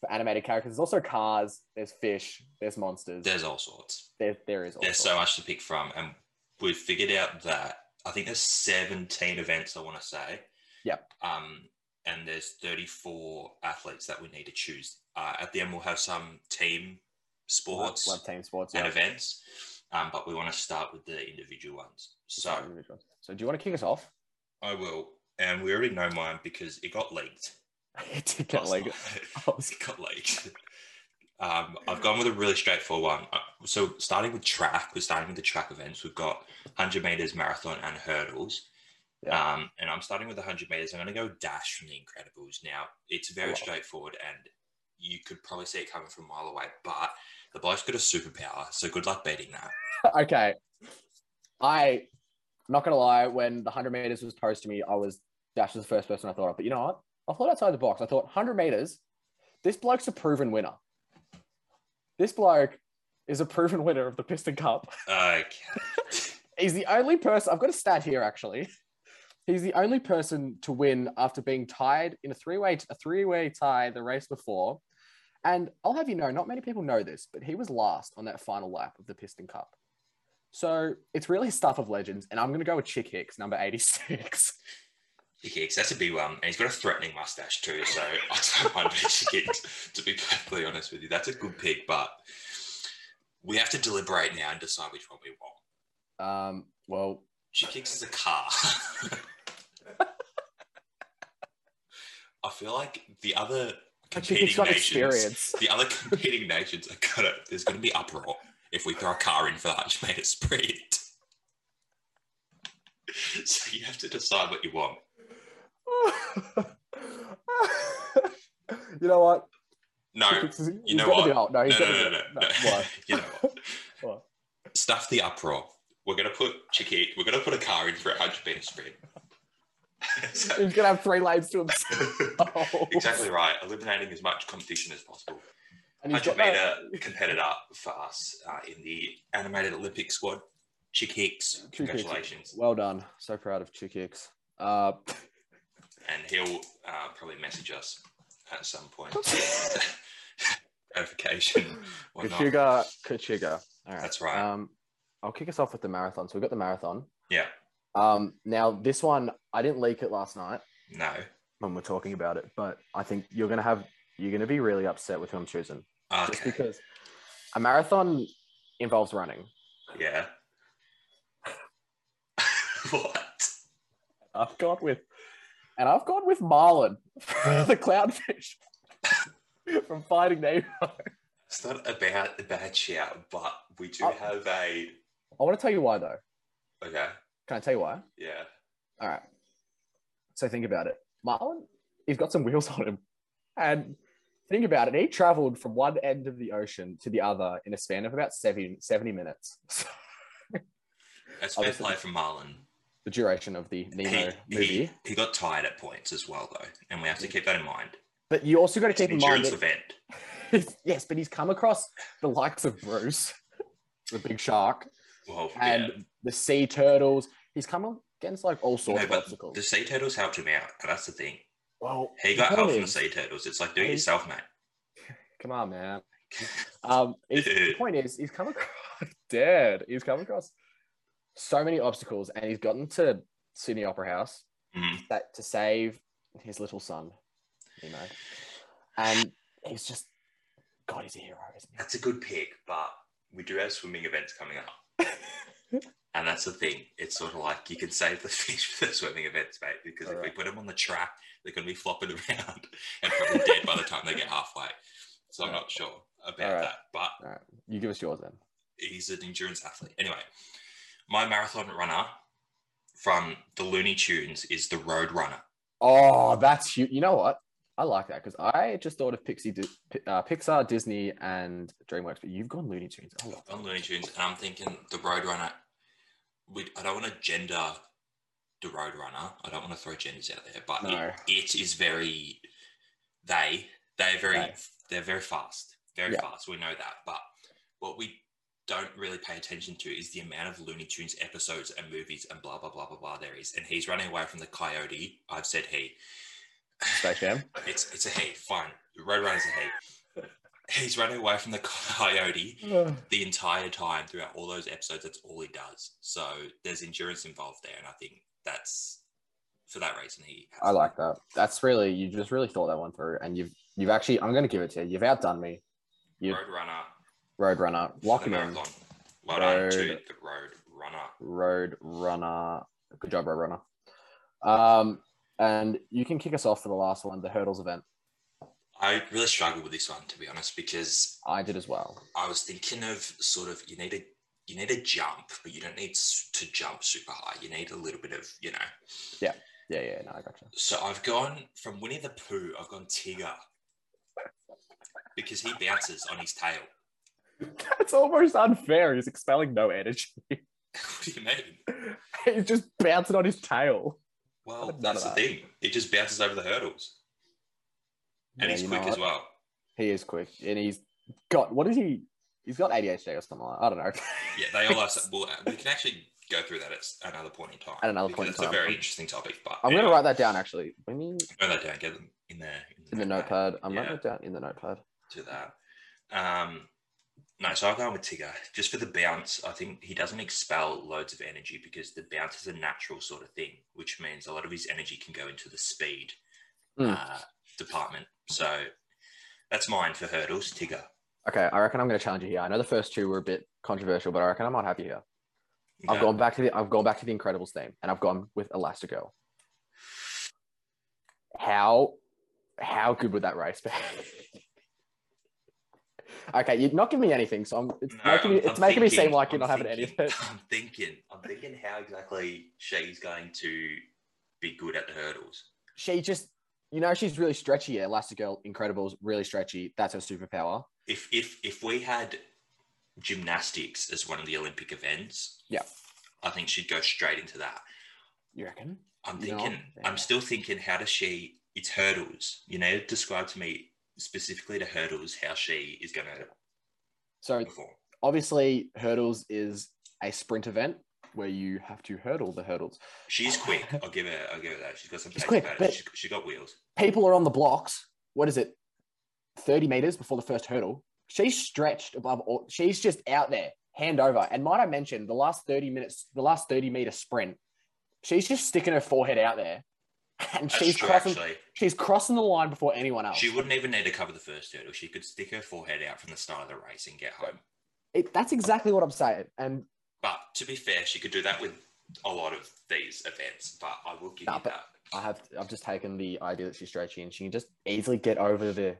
Speaker 1: for animated characters. There's also cars. There's fish. There's monsters.
Speaker 2: There's all sorts.
Speaker 1: there, there is.
Speaker 2: There's
Speaker 1: also-
Speaker 2: so much to pick from, and we've figured out that I think there's 17 events. I want to say.
Speaker 1: Yep.
Speaker 2: Um, and there's 34 athletes that we need to choose. Uh, at the end, we'll have some team sports
Speaker 1: Love team sports.
Speaker 2: and
Speaker 1: yeah.
Speaker 2: events, um, but we want to start with the individual ones. So.
Speaker 1: So do you want to kick us off?
Speaker 2: I will. And we already know mine because it got leaked.
Speaker 1: To get
Speaker 2: Last
Speaker 1: like-
Speaker 2: night. it got leaked. Um, I've gone with a really straightforward one. Uh, So starting with track, we're starting with the track events. We've got 100 meters, marathon, and hurdles.
Speaker 1: Yeah.
Speaker 2: Um, and I'm starting with 100 meters. I'm going to go dash from the Incredibles. Now it's very
Speaker 1: Wow.
Speaker 2: straightforward, and you could probably see it coming from a mile away. But the bloke's got a superpower, so good luck beating that.
Speaker 1: okay. I, not gonna lie, when the hundred meters was posed to me, I was Dash was the first person I thought of. But you know what? I thought outside the box. I thought hundred meters. This bloke's a proven winner. This bloke is a proven winner of the Piston Cup.
Speaker 2: Okay.
Speaker 1: He's the only person. I've got a stat here actually. He's the only person to win after being tied in a three-way a three-way tie the race before. And I'll have you know, not many people know this, but he was last on that final lap of the Piston Cup. So it's really stuff of legends, and I'm going to go with Chick Hicks, number 86.
Speaker 2: Chick Hicks, that's a big one. And he's got a threatening mustache too, so I don't mind being Chick Hicks, to be perfectly honest with you. That's a good pick, but we have to deliberate now and decide which one we want.
Speaker 1: Um, well,
Speaker 2: Chick Hicks is a car. I feel like the other
Speaker 1: Chick
Speaker 2: competing
Speaker 1: Hicks got
Speaker 2: nations,
Speaker 1: experience.
Speaker 2: the other competing nations are gonna, there's gonna be uproar if we throw a car in for the 100 meter sprint. So you have to decide what you want.
Speaker 1: you know what? Chick
Speaker 2: No,
Speaker 1: Hicks is- he's
Speaker 2: know
Speaker 1: gonna
Speaker 2: what?
Speaker 1: Be, oh, no, he's
Speaker 2: no, no,
Speaker 1: gonna be-
Speaker 2: no, no, no.
Speaker 1: what?
Speaker 2: you know what?
Speaker 1: What?
Speaker 2: Stuff the uproar. We're gonna put Chiquit. We're gonna put a car in for a hundred meter sprint. So-
Speaker 1: He's gonna have three lanes to himself. Oh,
Speaker 2: exactly right. Eliminating as much competition as possible.
Speaker 1: And he's
Speaker 2: Hundred
Speaker 1: got
Speaker 2: meter
Speaker 1: that-
Speaker 2: competitor for us uh, in the animated Olympic squad. Chick Hicks,
Speaker 1: Chick Hicks.
Speaker 2: congratulations,
Speaker 1: Well done. So proud of Chick Hicks. Uh,
Speaker 2: and he'll uh, probably message us at some point. Notification, or not.
Speaker 1: Kachuga, Kachuga. All right.
Speaker 2: That's right.
Speaker 1: Um, I'll kick us off with the marathon. So we've got the marathon.
Speaker 2: yeah,
Speaker 1: Um, now, this one, I didn't leak it last night
Speaker 2: no.
Speaker 1: when we're talking about it, but I think you're going to have, you're going to be really upset with who I'm choosing. Just
Speaker 2: Okay.
Speaker 1: because a marathon involves running.
Speaker 2: Yeah. what?
Speaker 1: I've gone with, and I've gone with Marlon, the clownfish from Fighting Nemo.
Speaker 2: It's not about the bad shout, but we do
Speaker 1: Oh.
Speaker 2: have a.
Speaker 1: I want to tell you why, though.
Speaker 2: Okay.
Speaker 1: Can I tell you why?
Speaker 2: Yeah.
Speaker 1: All right. So think about it. Marlon, he's got some wheels on him. And think about it. He traveled from one end of the ocean to the other in a span of about 70, 70 minutes. So
Speaker 2: That's
Speaker 1: I'll
Speaker 2: fair
Speaker 1: listen.
Speaker 2: play from Marlon.
Speaker 1: the duration of the Nemo
Speaker 2: He,
Speaker 1: movie.
Speaker 2: he, he got tired at points as well, though, and we have to keep that in mind.
Speaker 1: but you also got to
Speaker 2: It's an
Speaker 1: keep in mind
Speaker 2: insurance
Speaker 1: that,
Speaker 2: event.
Speaker 1: yes, but he's come across the likes of Bruce, the big shark,
Speaker 2: Well,
Speaker 1: and
Speaker 2: yeah.
Speaker 1: the sea turtles. He's come against like all sorts
Speaker 2: No,
Speaker 1: of
Speaker 2: but
Speaker 1: obstacles.
Speaker 2: the sea turtles helped him out, and that's the thing.
Speaker 1: well,
Speaker 2: He got
Speaker 1: the
Speaker 2: help
Speaker 1: point
Speaker 2: from the
Speaker 1: is-
Speaker 2: sea turtles. It's like, do it
Speaker 1: He-
Speaker 2: yourself, mate.
Speaker 1: Come on, man. Um, he's- the point is, he's come across dead. He's come across so many obstacles, and he's gotten to Sydney Opera House
Speaker 2: Mhm.
Speaker 1: that to save his little son, you know, and he's just God, he's a hero, isn't
Speaker 2: That's a good pick, but we do have swimming events coming up. And that's the thing. It's sort of like you can save the fish for the swimming events, mate, because if we
Speaker 1: Alright.
Speaker 2: put them on the track, they're going to be flopping around and probably dead by the time they get halfway. So I'm not sure about
Speaker 1: Alright.
Speaker 2: that. But
Speaker 1: he? You give us yours then.
Speaker 2: he's an endurance athlete. Anyway, my marathon runner from the Looney Tunes is the Road Runner.
Speaker 1: Oh, that's you. You know what? I like that because I just thought of Pixie, Di- Pi- uh, Pixar, Disney, and DreamWorks, but you've gone Looney Tunes. I love
Speaker 2: On Looney Tunes, and I'm thinking the Road Runner. We, I don't want to gender the Road Runner. I don't want to throw genders out there, but
Speaker 1: No.
Speaker 2: it, it is very they they're very
Speaker 1: They.
Speaker 2: they're very fast, very
Speaker 1: Yeah.
Speaker 2: fast. We know that, but what we don't really pay attention to is the amount of Looney Tunes episodes and movies and blah blah blah blah blah there is. And he's running away from the coyote. I've said he.
Speaker 1: Space Jam.
Speaker 2: It's it's a he. Fine, Road Runner's a he. He's running away from the coyote the entire time throughout all those episodes. That's all he does. So there's endurance involved there, and I think that's for that reason he. Has
Speaker 1: I like that. That's really you just really thought that one through, and you've you've actually I'm going to give it to you. You've outdone me, you-
Speaker 2: Road Runner.
Speaker 1: Roadrunner,
Speaker 2: the
Speaker 1: Walkman,
Speaker 2: marathon. Well done to
Speaker 1: Road-
Speaker 2: the Road Runner.
Speaker 1: Roadrunner. Good job, Roadrunner. Um, and you can kick us off for the last one, the hurdles event.
Speaker 2: I really struggled with this one to be honest because
Speaker 1: I did as well.
Speaker 2: I was thinking of sort of you need a you need a jump, but you don't need s- to jump super high. You need a little bit of you know.
Speaker 1: Yeah, yeah, no, I gotcha.
Speaker 2: So I've gone from Winnie the Pooh. I've gone Tigger because he bounces on his tail.
Speaker 1: That's almost unfair. He's expelling no energy.
Speaker 2: what do you mean?
Speaker 1: He's just bouncing on his tail.
Speaker 2: Well,
Speaker 1: None of
Speaker 2: that's the
Speaker 1: that.
Speaker 2: thing. He just bounces over the hurdles, and he's quick as well.
Speaker 1: He is quick, and he's got what is he? He's got ADHD or something. Like that. I don't know.
Speaker 2: Yeah, they all are. Well, we can actually go through that at s- another point in time.
Speaker 1: At another point in time.
Speaker 2: because It's a very
Speaker 1: I'm-
Speaker 2: interesting topic, but
Speaker 1: I'm
Speaker 2: anyway,
Speaker 1: gonna write that down actually. When you
Speaker 2: Write that down. Get them in there
Speaker 1: in the notepad, I'm
Speaker 2: Yeah.
Speaker 1: writing it down in the notepad.
Speaker 2: To that. Um, no, so I'll go with Tigger just for the bounce. I think he doesn't expel loads of energy because the bounce is a natural sort of thing, which means a lot of his energy can go into the speed
Speaker 1: Mm.
Speaker 2: uh, department. So that's mine for hurdles, Tigger.
Speaker 1: Okay, I reckon I'm gonna challenge you here. I know the first two were a bit controversial, but I reckon I might have you here. I've
Speaker 2: Okay.
Speaker 1: gone back to the I've gone back to the Incredibles theme, and I've gone with Elastigirl. How how good would that race be? okay, you're not giving me anything, so I'm it's
Speaker 2: No,
Speaker 1: making
Speaker 2: I'm-
Speaker 1: me, it's
Speaker 2: I'm
Speaker 1: making me seem
Speaker 2: thinking-
Speaker 1: like you're
Speaker 2: I'm
Speaker 1: not having any of
Speaker 2: thinking-
Speaker 1: it.
Speaker 2: I'm thinking, I'm thinking how exactly she's going to be good at the hurdles.
Speaker 1: She just you know she's really stretchy. Yeah, Elastigirl, Incredibles, really stretchy. That's her superpower.
Speaker 2: if if if we had gymnastics as one of the Olympic events,
Speaker 1: Yeah.
Speaker 2: I think she'd go straight into that.
Speaker 1: You reckon?
Speaker 2: I'm
Speaker 1: No,
Speaker 2: thinking,
Speaker 1: yeah.
Speaker 2: I'm still thinking, how does she? It's hurdles. You know, describe to me specifically to hurdles how she is going to
Speaker 1: So
Speaker 2: perform.
Speaker 1: obviously hurdles is a sprint event where you have to hurdle the hurdles.
Speaker 2: She's quick. I'll give her. I'll give her that. She's got some
Speaker 1: She's
Speaker 2: pace
Speaker 1: quick,
Speaker 2: about
Speaker 1: but-
Speaker 2: it. She's, she got wheels.
Speaker 1: people are on the blocks. What is it? 30 meters before the first hurdle. She's stretched above all. She's just out there, hand over. And might I mention the last 30 minutes, the last 30 meter sprint, she's just sticking her forehead out there. And
Speaker 2: That's
Speaker 1: she's
Speaker 2: true,
Speaker 1: crossing
Speaker 2: actually.
Speaker 1: she's crossing the line before anyone else.
Speaker 2: She wouldn't even need to cover the first hurdle. She could stick her forehead out from the start of the race and get home.
Speaker 1: It- that's exactly what I'm saying. And
Speaker 2: But to be fair, she could do that with a lot of these events. But I will give
Speaker 1: Nah,
Speaker 2: you
Speaker 1: but-
Speaker 2: that.
Speaker 1: I have I've just taken the idea that she's stretchy and she can just easily get over the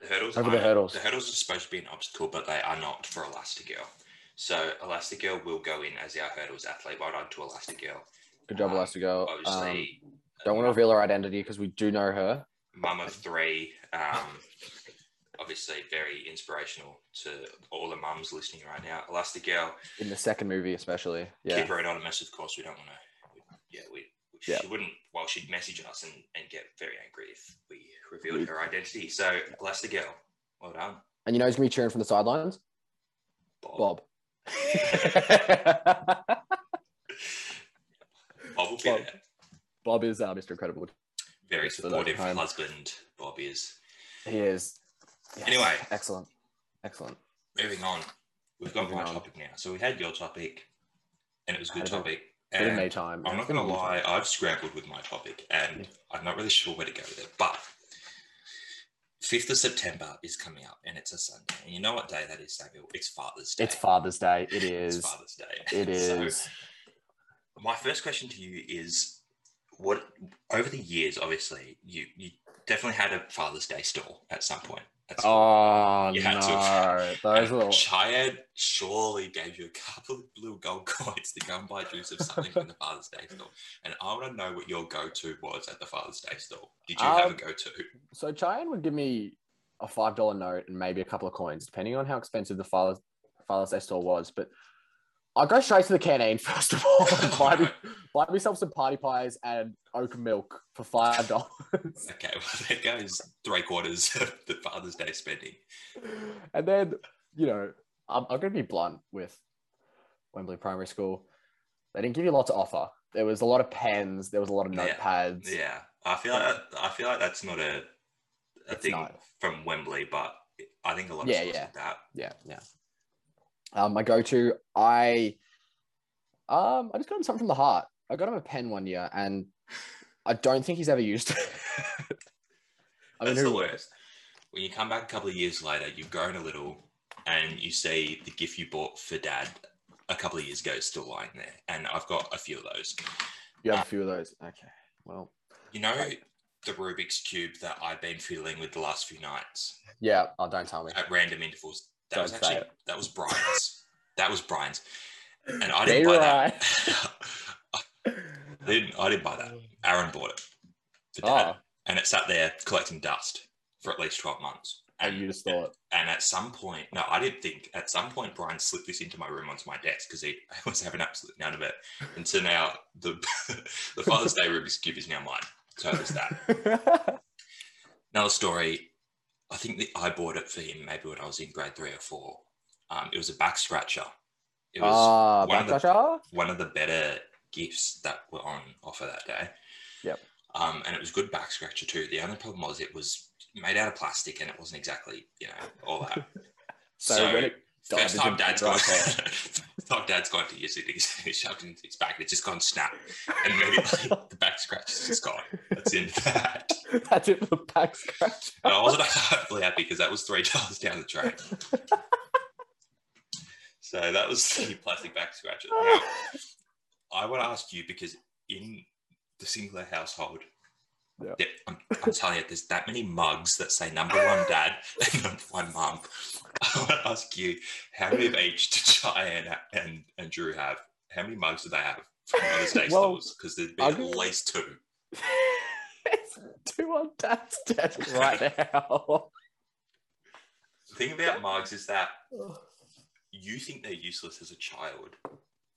Speaker 2: The hurdles
Speaker 1: Over the
Speaker 2: are-
Speaker 1: hurdles.
Speaker 2: The hurdles are supposed to be an obstacle, but they are not for Elastigirl. So Elastigirl will go in as our hurdles athlete. Well done to Elastigirl.
Speaker 1: good job
Speaker 2: Um,
Speaker 1: last to go. Um,
Speaker 2: Obviously, uh,
Speaker 1: don't want to reveal her identity because we do know her.
Speaker 2: mum of three. Um, obviously, very inspirational to all the mums listening right now. Elastigirl,
Speaker 1: In the second movie, especially. Yeah.
Speaker 2: keep her anonymous, of course. We don't want to. Yeah, we.
Speaker 1: Yeah.
Speaker 2: She wouldn't. Well, she'd message us and, and get very angry if we revealed
Speaker 1: We-
Speaker 2: her identity. So Elastigirl, well done,
Speaker 1: And you know who's going to be cheering from the sidelines?
Speaker 2: Bob.
Speaker 1: Bob.
Speaker 2: Bob will be
Speaker 1: Bob.
Speaker 2: there.
Speaker 1: Bob is uh, Mr. Incredible.
Speaker 2: very
Speaker 1: Just for that
Speaker 2: supportive
Speaker 1: time.
Speaker 2: husband Bob is.
Speaker 1: He is. Yes.
Speaker 2: Anyway.
Speaker 1: Excellent. Excellent.
Speaker 2: Moving on, we've got
Speaker 1: Moving
Speaker 2: my
Speaker 1: on.
Speaker 2: topic now. So we had your topic, and it was a good
Speaker 1: Had a bit-
Speaker 2: topic.
Speaker 1: Bit of
Speaker 2: and
Speaker 1: May time.
Speaker 2: I'm
Speaker 1: It's
Speaker 2: not
Speaker 1: been
Speaker 2: going to
Speaker 1: a good
Speaker 2: lie,
Speaker 1: time.
Speaker 2: I've scrambled with my topic, and I'm not really sure where to go with it. But 5th of September is coming up and it's a Sunday. And you know what day that is, Samuel? It's Father's Day.
Speaker 1: It's Father's Day. It
Speaker 2: It's
Speaker 1: is.
Speaker 2: Father's Day.
Speaker 1: It
Speaker 2: So,
Speaker 1: is.
Speaker 2: my first question to you is what over the years, obviously, you, you definitely had a Father's Day stall at some point. That's
Speaker 1: oh
Speaker 2: You had to-
Speaker 1: no, those
Speaker 2: And
Speaker 1: little.
Speaker 2: Chiad surely gave you a couple of little gold coins to go and buy juice of something from the Father's Day store. And I want to know what your go to was at the Father's Day store. Did you have
Speaker 1: Um,
Speaker 2: a go to?
Speaker 1: So Cheyenne would give me a five dollar note and maybe a couple of coins, depending on how expensive the Father's Father's Day store was. But I'll go straight to the canteen first of all and buy me, buy myself some party pies and oat milk for five dollars.
Speaker 2: Okay, well, there goes three quarters of the Father's Day spending.
Speaker 1: and then, you know, I'm, I'm going to be blunt with Wembley Primary School. They didn't give you a lot to offer. There was a lot of pens. There was a lot of
Speaker 2: Yeah.
Speaker 1: notepads.
Speaker 2: Yeah, I feel like I feel like that's not a, a
Speaker 1: It's
Speaker 2: thing
Speaker 1: not.
Speaker 2: from Wembley, but I think a lot of
Speaker 1: Yeah,
Speaker 2: schools
Speaker 1: yeah.
Speaker 2: did that.
Speaker 1: Yeah, yeah. Um, my go-to, I, um, I just got him something from the heart. I got him a pen one year, and I don't think he's ever used it. I mean,
Speaker 2: That's
Speaker 1: who
Speaker 2: the
Speaker 1: would?
Speaker 2: worst. When you come back a couple of years later, you've grown a little, and you see the gift you bought for dad a couple of years ago is still lying there, and I've got a few of those.
Speaker 1: You have a few of those. Okay. Well,
Speaker 2: You know
Speaker 1: Right.
Speaker 2: the Rubik's cube that I've been fiddling with the last few nights
Speaker 1: yeah. Oh, don't tell me.
Speaker 2: at random intervals. That was
Speaker 1: Don't say
Speaker 2: actually that was Brian's. that was Brian's, and I
Speaker 1: They
Speaker 2: didn't buy that. I didn't I didn't buy that. Aaron bought it for dad,
Speaker 1: Oh,
Speaker 2: and it sat there collecting dust for at least twelve months.
Speaker 1: and you just thought,
Speaker 2: And at some point, no, I didn't think. At some point, Brian slipped this into my room onto my desk because he I was having absolute none of it. And so now the the Father's Day Rubik's Cube is now mine. So there's that. Another story. I think that I bought it for him maybe when I was in grade three or four. Um, it was a back scratcher. It was
Speaker 1: ah,
Speaker 2: one of the-
Speaker 1: backcrusher?
Speaker 2: one of the better gifts that were on offer that day.
Speaker 1: Yep.
Speaker 2: Um, and it was good back scratcher too. The only problem was it was made out of plastic and it wasn't exactly you know all that.
Speaker 1: So when it-
Speaker 2: First
Speaker 1: Dive
Speaker 2: time,
Speaker 1: into
Speaker 2: dad's
Speaker 1: the
Speaker 2: gone,
Speaker 1: dark hole.
Speaker 2: first time dad's gone to use it, he's, he's shoved it into his back and it's just gone snap. And immediately the back scratch is just gone. That's in that.
Speaker 1: That's it for the back scratch.
Speaker 2: And I wasn't overly happy because that was three dollars down the drain. So that was the plastic back scratcher. Now, I want to ask you because in the singular household,
Speaker 1: Yeah.
Speaker 2: there- I'm, I'm telling you, there's that many mugs that say number one dad and number one mum. I want to ask you, how many of each did Cheyenne ha- and, and Drew have? How many mugs do they have from Mother's Day
Speaker 1: Well,
Speaker 2: stores? Because there'd be
Speaker 1: I'll
Speaker 2: at
Speaker 1: give you-
Speaker 2: least two.
Speaker 1: it's two on dad's desk right now.
Speaker 2: The thing about mugs is that you think they're useless as a child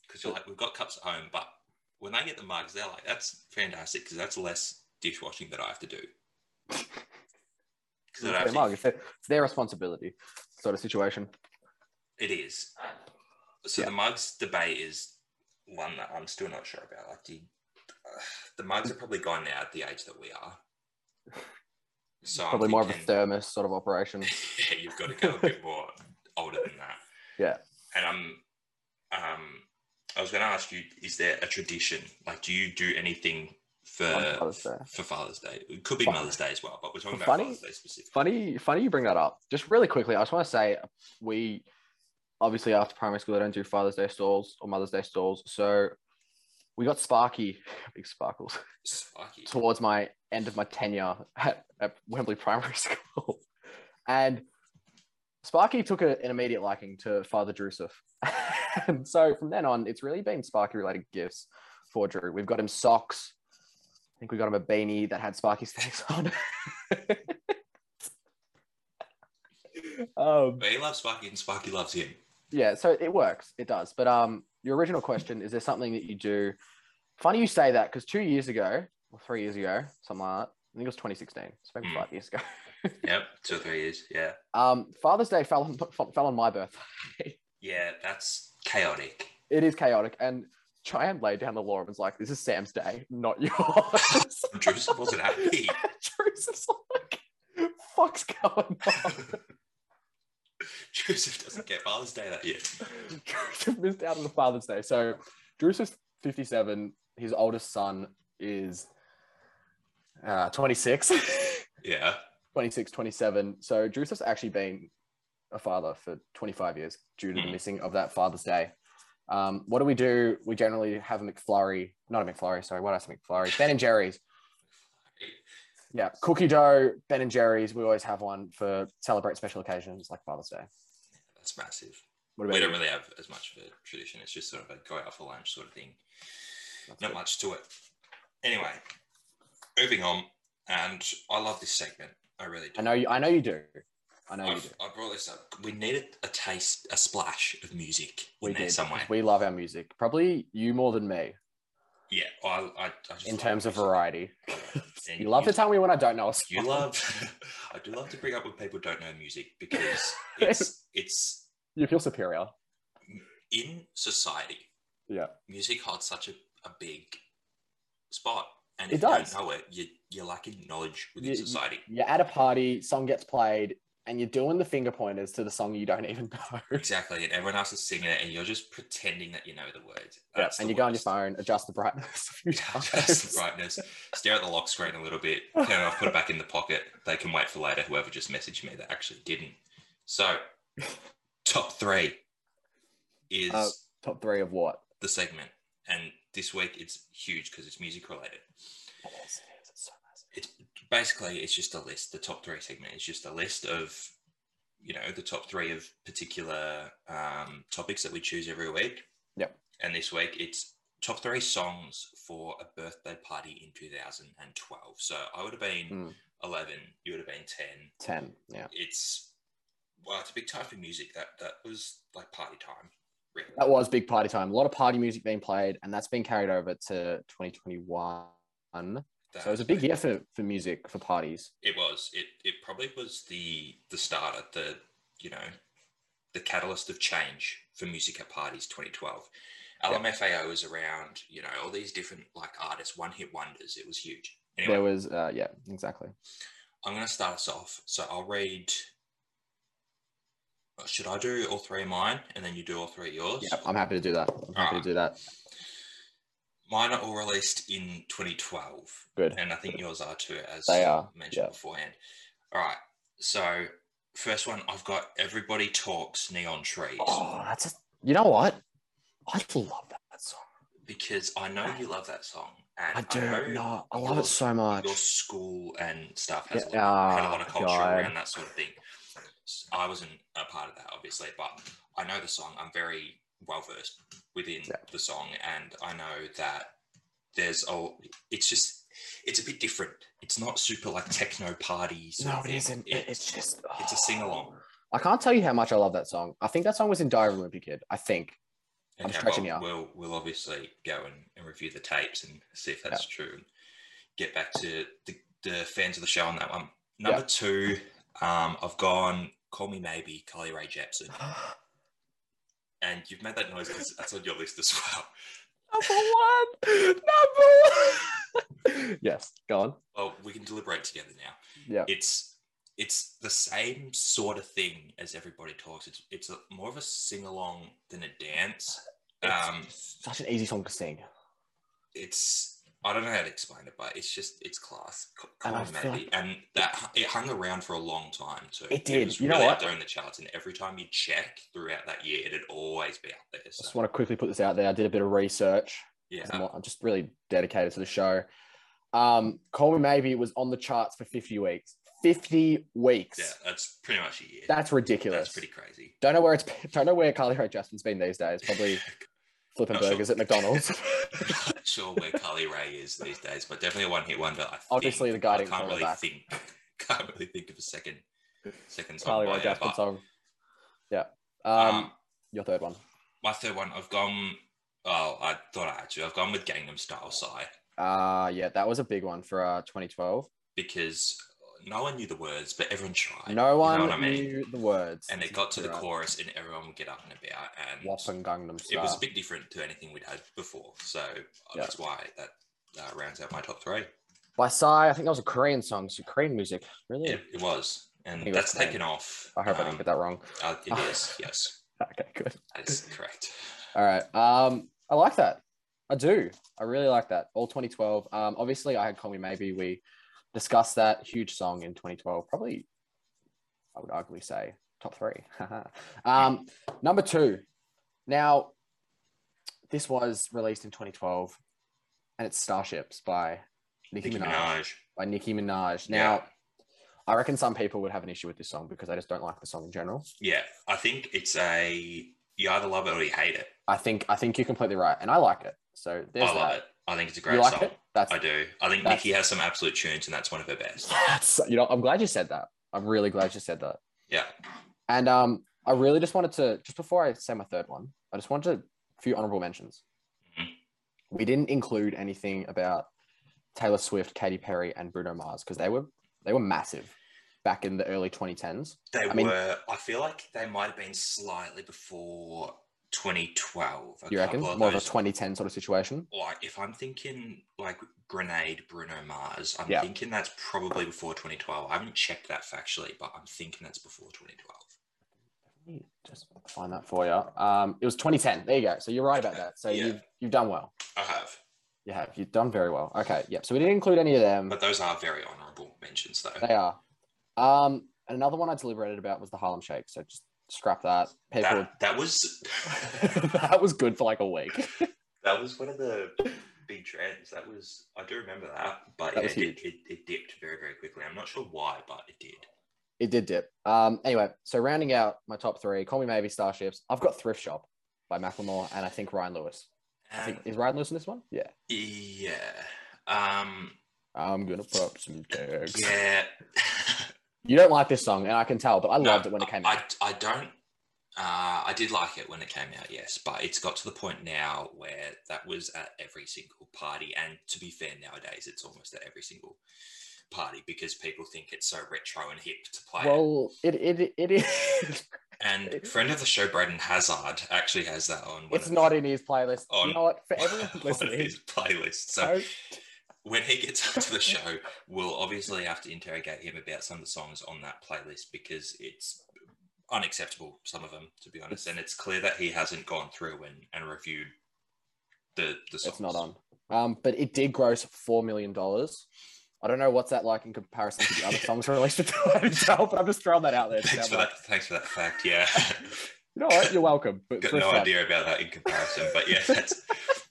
Speaker 2: because you're like, we've got cups at home, but when they get the mugs, they're like, that's fantastic because that's less dishwashing that I have to do. Because
Speaker 1: It's their mug. It's their, it's their responsibility, sort of situation.
Speaker 2: it is. So
Speaker 1: Yeah.
Speaker 2: the mugs debate is one that I'm still not sure about. Like, do you- uh, the mugs are probably gone now at the age that we are. So I'm
Speaker 1: Probably more of a
Speaker 2: thinking-
Speaker 1: thermos sort of operation.
Speaker 2: yeah, you've got to go a bit more older than that.
Speaker 1: Yeah.
Speaker 2: And I'm, um, I was going to ask you, is there a tradition? Like, do you do anything for
Speaker 1: On Father's Day.
Speaker 2: for Father's Day? It could be
Speaker 1: Fun-
Speaker 2: Mother's Day as well, but we're talking about
Speaker 1: Funny-
Speaker 2: Father's Day specifically.
Speaker 1: Funny, funny you bring that up. Just really quickly, I just want to say we obviously after primary school, I don't do Father's Day stalls or Mother's Day stalls. So we got Sparky, big sparkles,
Speaker 2: Spiky.
Speaker 1: towards my end of my tenure at, at Wembley Primary School. And Sparky took a, an immediate liking to Father Drusif. and so from then on, it's really been Sparky related gifts for Drew. We've got him socks. I think we got him a beanie that had Sparky's face on. it. um,
Speaker 2: But he loves Sparky and Sparky loves him.
Speaker 1: yeah, so it works. It does. But um, your original question is there something that you do? Funny you say that because two years ago, or three years ago, something like that, I think it was 2016, so maybe
Speaker 2: Hmm.
Speaker 1: five years ago.
Speaker 2: Yep, two or three years. Yeah.
Speaker 1: Um, Father's Day fell on, fell on my birthday.
Speaker 2: Yeah, that's chaotic.
Speaker 1: It is chaotic. And try and lay down the law and was like, this is Sam's day, not yours.
Speaker 2: Drew's wasn't happy.
Speaker 1: Drew's is like, fuck's going on?
Speaker 2: Joseph doesn't get Father's Day that year.
Speaker 1: Joseph missed out on the Father's Day. So Drusus 57. His oldest son is uh, 26.
Speaker 2: Yeah.
Speaker 1: 26, 27. So Drew's actually been a father for 25 years due to the
Speaker 2: Mhm.
Speaker 1: missing of that Father's Day. Um, what do we do? We generally have a McFlurry, not a McFlurry, sorry, what else? McFlurry, Ben and Jerry's. Yeah, cookie dough, Ben and Jerry's. We always have one for celebrate special occasions like Father's Day.
Speaker 2: That's massive.
Speaker 1: What
Speaker 2: We
Speaker 1: about
Speaker 2: don't
Speaker 1: you?
Speaker 2: really have as much of a tradition. It's just sort of a go out for lunch sort of thing.
Speaker 1: That's
Speaker 2: Not
Speaker 1: it.
Speaker 2: much to it. Anyway, moving on. And I love this segment. I really do.
Speaker 1: I know you. I know you do. I know you do.
Speaker 2: I've, I brought this up. We needed a taste, a splash of music in
Speaker 1: We
Speaker 2: there
Speaker 1: did.
Speaker 2: somewhere.
Speaker 1: We love our music. Probably you more than me
Speaker 2: yeah, I, I, I just
Speaker 1: in
Speaker 2: love
Speaker 1: terms of
Speaker 2: music.
Speaker 1: variety.
Speaker 2: And
Speaker 1: You love to tell me when I don't know. a
Speaker 2: You
Speaker 1: song.
Speaker 2: love. I do love to bring up when people don't know music because it's it's
Speaker 1: You feel superior.
Speaker 2: in society.
Speaker 1: Yeah.
Speaker 2: Music holds such a, a big spot, and
Speaker 1: It
Speaker 2: if you
Speaker 1: does.
Speaker 2: don't know it, you you're lacking knowledge within
Speaker 1: You- you-
Speaker 2: society.
Speaker 1: You're at a party. Song gets played, and you're doing the finger pointers to the song you don't even know.
Speaker 2: Exactly, and everyone else is singing it, and you're just pretending that you know the words.
Speaker 1: Yeah,
Speaker 2: That's
Speaker 1: and
Speaker 2: the
Speaker 1: you go on your
Speaker 2: worst.
Speaker 1: phone, adjust the brightness. a few
Speaker 2: Adjust the
Speaker 1: times.
Speaker 2: brightness, stare at the lock screen a little bit, turn it off, put it back in the pocket. They can wait for later. Whoever just messaged me that actually didn't. So, top three is
Speaker 1: Uh, Top three of what?
Speaker 2: the segment, and this week it's huge because it's music related. It's basically it's just a list. The top three segment is just a list of you know the top three of particular um, topics that we choose every week.
Speaker 1: Yep.
Speaker 2: And this week it's top three songs for a birthday party in 2012. So I would have been
Speaker 1: Mm.
Speaker 2: 11. You would have been 10.
Speaker 1: Ten. Yeah,
Speaker 2: It's well, it's a big time for music. That that was like party time. Really.
Speaker 1: that was big party time. A lot of party music being played, and that's been carried over to 2021. So it was a big year for, for music for parties.
Speaker 2: It was. It it probably was the the starter, the you know, the catalyst of change for music at parties 2012. LMFAO was around, you know, all these different like artists, one hit wonders. It was huge. Anyway,
Speaker 1: There was, uh, yeah, exactly.
Speaker 2: I'm gonna start us off. So I'll read. Should I do all three of mine and then you do all three of yours?
Speaker 1: Yeah, I'm happy to do that. I'm happy to do that.
Speaker 2: Mine are all released in 2012.
Speaker 1: Good.
Speaker 2: And I think yours are too, as
Speaker 1: They are,
Speaker 2: mentioned
Speaker 1: yeah.
Speaker 2: beforehand. All right. So, first one, I've got Everybody Talks Neon Trees
Speaker 1: Oh, that's a, you know what? I love that song.
Speaker 2: because I know you love that song. And
Speaker 1: I do.
Speaker 2: know
Speaker 1: No, I love it so much.
Speaker 2: Your school and stuff has
Speaker 1: Yeah,
Speaker 2: a lot, had a
Speaker 1: ah,
Speaker 2: lot of culture
Speaker 1: God.
Speaker 2: around that sort of thing. S- I wasn't a part of that, obviously, but I know the song. I'm very well versed within
Speaker 1: Yeah.
Speaker 2: the song, and I know that there's a. It's just, it's a bit different. It's not super like techno party. sort
Speaker 1: No,
Speaker 2: of
Speaker 1: it
Speaker 2: thing.
Speaker 1: isn't. It- it's just
Speaker 2: it's a sing-along.
Speaker 1: I can't tell you how much I love that song. I think that song was in Diary of a Wimpy Kid. I think. I'm
Speaker 2: Okay,
Speaker 1: stretching
Speaker 2: well,
Speaker 1: it out.
Speaker 2: We'll, we'll obviously go and, and review the tapes and see if that's true and get back to the, the fans of the show on that one. Number two, um, I've gone Call Me Maybe, Carly Ray Jepsen. And you've made that noise because that's on your list as well.
Speaker 1: Number one. Number one. yes. Go on.
Speaker 2: Well, we can deliberate together now.
Speaker 1: Yeah.
Speaker 2: It's it's the same sort of thing as everybody talks. It's it's a, more of a sing along than a dance.
Speaker 1: It's
Speaker 2: Um,
Speaker 1: such an easy song to sing.
Speaker 2: it's I don't know how to explain it, but it's just it's class. C-
Speaker 1: And
Speaker 2: Come
Speaker 1: I
Speaker 2: on,
Speaker 1: feel
Speaker 2: maybe. And that it hung around for a long time too.
Speaker 1: It did.
Speaker 2: was
Speaker 1: You know
Speaker 2: really
Speaker 1: what?
Speaker 2: Up there in the charts, and every time you check throughout that year, it'd always be up there.
Speaker 1: I just
Speaker 2: So,
Speaker 1: want to quickly put this out there. I did a bit of research.
Speaker 2: yeah,
Speaker 1: 'cause I'm, I'm just really dedicated to the show. Um, Call Me Maybe was on the charts for 50 weeks. 50 weeks.
Speaker 2: yeah, that's pretty much a year.
Speaker 1: That's ridiculous.
Speaker 2: That's pretty crazy.
Speaker 1: Don't know where it's don't know where Carly Rae Jepsen's been these days. Probably flipping
Speaker 2: Not sure.
Speaker 1: burgers at McDonald's.
Speaker 2: Not sure where Carly Ray is these days, but definitely a one-hit wonder. I think.
Speaker 1: Obviously, the guiding
Speaker 2: I can't really
Speaker 1: quarterback.
Speaker 2: think. Can't really think of a second. Second song.
Speaker 1: Carly Rae
Speaker 2: by her,
Speaker 1: Jepsen
Speaker 2: but,
Speaker 1: song. Yeah. Um,
Speaker 2: um,
Speaker 1: your third one.
Speaker 2: my third one, I've gone. Oh, I thought I had to. I've gone with Gangnam Style Psy.
Speaker 1: Uh yeah, that was a big one for uh 2012.
Speaker 2: because no one knew the words, but everyone tried.
Speaker 1: No one
Speaker 2: what I mean?
Speaker 1: knew the words.
Speaker 2: and it got to the
Speaker 1: Right.
Speaker 2: chorus, and everyone would get up and about, and
Speaker 1: Whopping Gangnam
Speaker 2: it
Speaker 1: Style.
Speaker 2: was a bit different to anything we'd had before. So uh,
Speaker 1: Yeah.
Speaker 2: that's why that uh, rounds out my top three.
Speaker 1: By Psy, I think that was a Korean song, so Korean music. Really?
Speaker 2: It, it was, and
Speaker 1: He was
Speaker 2: that's
Speaker 1: playing.
Speaker 2: taken off.
Speaker 1: I hope I
Speaker 2: um,
Speaker 1: didn't get that wrong.
Speaker 2: Uh, it is, yes,
Speaker 1: Okay, good.
Speaker 2: that is correct.
Speaker 1: All right. Um, I like that. I do. I really like that. All 2012. Um, obviously, I had Call Me Maybe. We discuss that huge song in 2012. Probably, I would arguably say top three. um, number two. Now, this was released in 2012, and it's Starships by Nicki,
Speaker 2: Nicki
Speaker 1: Minaj,
Speaker 2: Minaj.
Speaker 1: By Nicki Minaj.
Speaker 2: Yeah.
Speaker 1: Now, I reckon some people would have an issue with this song because I just don't like the song in general.
Speaker 2: Yeah, I think it's a you either love it or you hate it.
Speaker 1: I think I think you're completely right, and I like it. So there's
Speaker 2: I love
Speaker 1: that.
Speaker 2: it. I think it's a
Speaker 1: You
Speaker 2: great
Speaker 1: like
Speaker 2: song.
Speaker 1: it? That's
Speaker 2: I do. I think
Speaker 1: That's-
Speaker 2: Nikki has some absolute tunes, and that's one of her best.
Speaker 1: That's you know, I'm glad you said that. I'm really glad you said that.
Speaker 2: Yeah.
Speaker 1: And um, I really just wanted to just before I say my third one, I just wanted to, a few honorable mentions.
Speaker 2: Mhm.
Speaker 1: We didn't include anything about Taylor Swift, Katy Perry, and Bruno Mars because they were they were massive back in the early 2010s.
Speaker 2: They
Speaker 1: I mean-
Speaker 2: were. I feel like they might have been slightly before 2012. A
Speaker 1: you reckon?
Speaker 2: couple of
Speaker 1: More of a
Speaker 2: those-
Speaker 1: 2010 sort of situation.
Speaker 2: Like, if I'm thinking like Grenade, Bruno Mars, I'm
Speaker 1: Yeah.
Speaker 2: thinking that's probably before 2012. I haven't checked that factually, but I'm thinking that's before 2012.
Speaker 1: Let me Just find that for you. Um, it was 2010. There you go. So you're right about that. So
Speaker 2: Yeah.
Speaker 1: you've you've done well.
Speaker 2: I have,
Speaker 1: You have. You've done very well. Okay. Yep. So we didn't include any of them.
Speaker 2: but those are very honourable mentions, though.
Speaker 1: They are. Um, and another one I deliberated about was the Harlem Shake. So just scrap that. People,
Speaker 2: That, that was
Speaker 1: that, was good for like a week.
Speaker 2: that was one of the big trends. That was I do remember that, but
Speaker 1: That
Speaker 2: yeah,
Speaker 1: was
Speaker 2: it, did- it, it dipped very very quickly. I'm not sure why, but it did.
Speaker 1: It did dip. Um, anyway, so rounding out my top three, Call Me Maybe, Starships. I've got Thrift Shop by Macklemore and I think Ryan Lewis. I think,
Speaker 2: Um,
Speaker 1: is Ryan Lewis in this one? Yeah.
Speaker 2: yeah, um,
Speaker 1: I'm gonna pop some tags.
Speaker 2: yeah.
Speaker 1: You don't like this song, and I can tell, but I
Speaker 2: No,
Speaker 1: loved it when it came out.
Speaker 2: I, I don't. Uh, I did like it when it came out, yes, but it's got to the point now where that was at every single party, and to be fair, nowadays it's almost at every single party because people think it's so retro and hip to play. it.
Speaker 1: well, it it it is.
Speaker 2: And friend of the show, Braden Hazard, actually has that on. one
Speaker 1: it's
Speaker 2: of-
Speaker 1: not in his playlist.
Speaker 2: On-
Speaker 1: you know what? For
Speaker 2: one
Speaker 1: everyone
Speaker 2: of
Speaker 1: listening,
Speaker 2: his playlists. So
Speaker 1: don't
Speaker 2: when he gets onto the show, we'll obviously have to interrogate him about some of the songs on that playlist because it's unacceptable, some of them, to be honest. And it's clear that he hasn't gone through and, and reviewed the the songs.
Speaker 1: It's not on. Um, but it did gross four million dollars. I don't know what's that like in comparison to the other songs released at the time itself, but I'm just throwing that out there. to sound
Speaker 2: Thanks for
Speaker 1: like-
Speaker 2: that. Thanks for that fact. Yeah,
Speaker 1: You know what? You're welcome. But
Speaker 2: got
Speaker 1: thrift
Speaker 2: no
Speaker 1: shop.
Speaker 2: idea about that in comparison, but yeah, that's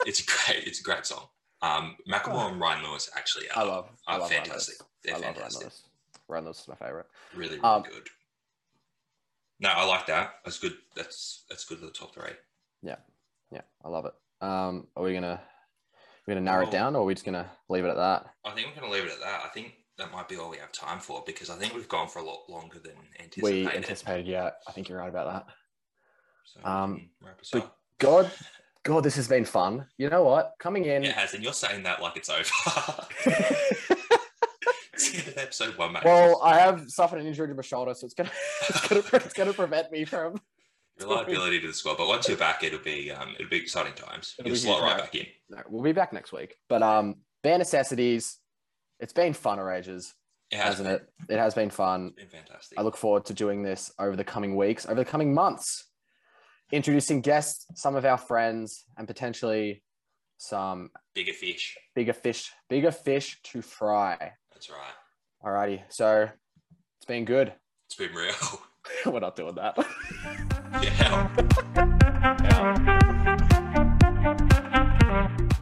Speaker 2: it's a great. It's a great song. Um, Macklemore and Ryan Lewis actually are,
Speaker 1: I love. I
Speaker 2: are
Speaker 1: love Ryan
Speaker 2: fantastic.
Speaker 1: Lewis.
Speaker 2: They're
Speaker 1: I love Ryan
Speaker 2: fantastic.
Speaker 1: Lewis. Ryan Lewis is my favorite.
Speaker 2: Really, really
Speaker 1: Um,
Speaker 2: good. No, I like that. That's good. That's that's good. for The top three.
Speaker 1: Yeah, I love it. Um, are we gonna we gonna narrow
Speaker 2: Oh.
Speaker 1: it down, or are we just gonna leave it at that?
Speaker 2: I think we're going to leave it at that. I think that might be all we have time for because I think we've gone for a lot longer than anticipated.
Speaker 1: We anticipated. Yeah, I think you're right about that.
Speaker 2: so
Speaker 1: um,
Speaker 2: we can wrap us
Speaker 1: but-
Speaker 2: up.
Speaker 1: God, God, this has been fun. You know what? Coming in.
Speaker 2: It has, and you're saying that like it's over. it's the end of episode one, mate.
Speaker 1: Well, I have suffered an injury to my shoulder, so it's gonna it's gonna, it's gonna prevent me from.
Speaker 2: Your liability to the squad, but once you're back, it'll be um, it'll be exciting times.
Speaker 1: It'll
Speaker 2: You'll
Speaker 1: be
Speaker 2: slot
Speaker 1: huge,
Speaker 2: right
Speaker 1: mate.
Speaker 2: back in.
Speaker 1: No, we'll be back next week. But um, bare necessities. It's been fun, or ages,
Speaker 2: It has
Speaker 1: hasn't it? It has been fun.
Speaker 2: been fantastic.
Speaker 1: I look forward to doing this over the coming weeks, over the coming months, introducing guests, some of our friends, and potentially some
Speaker 2: bigger fish.
Speaker 1: bigger fish, bigger fish to fry.
Speaker 2: That's right.
Speaker 1: Alrighty, so it's been good.
Speaker 2: It's been real.
Speaker 1: We're not doing that.
Speaker 2: yeah.
Speaker 1: Yeah.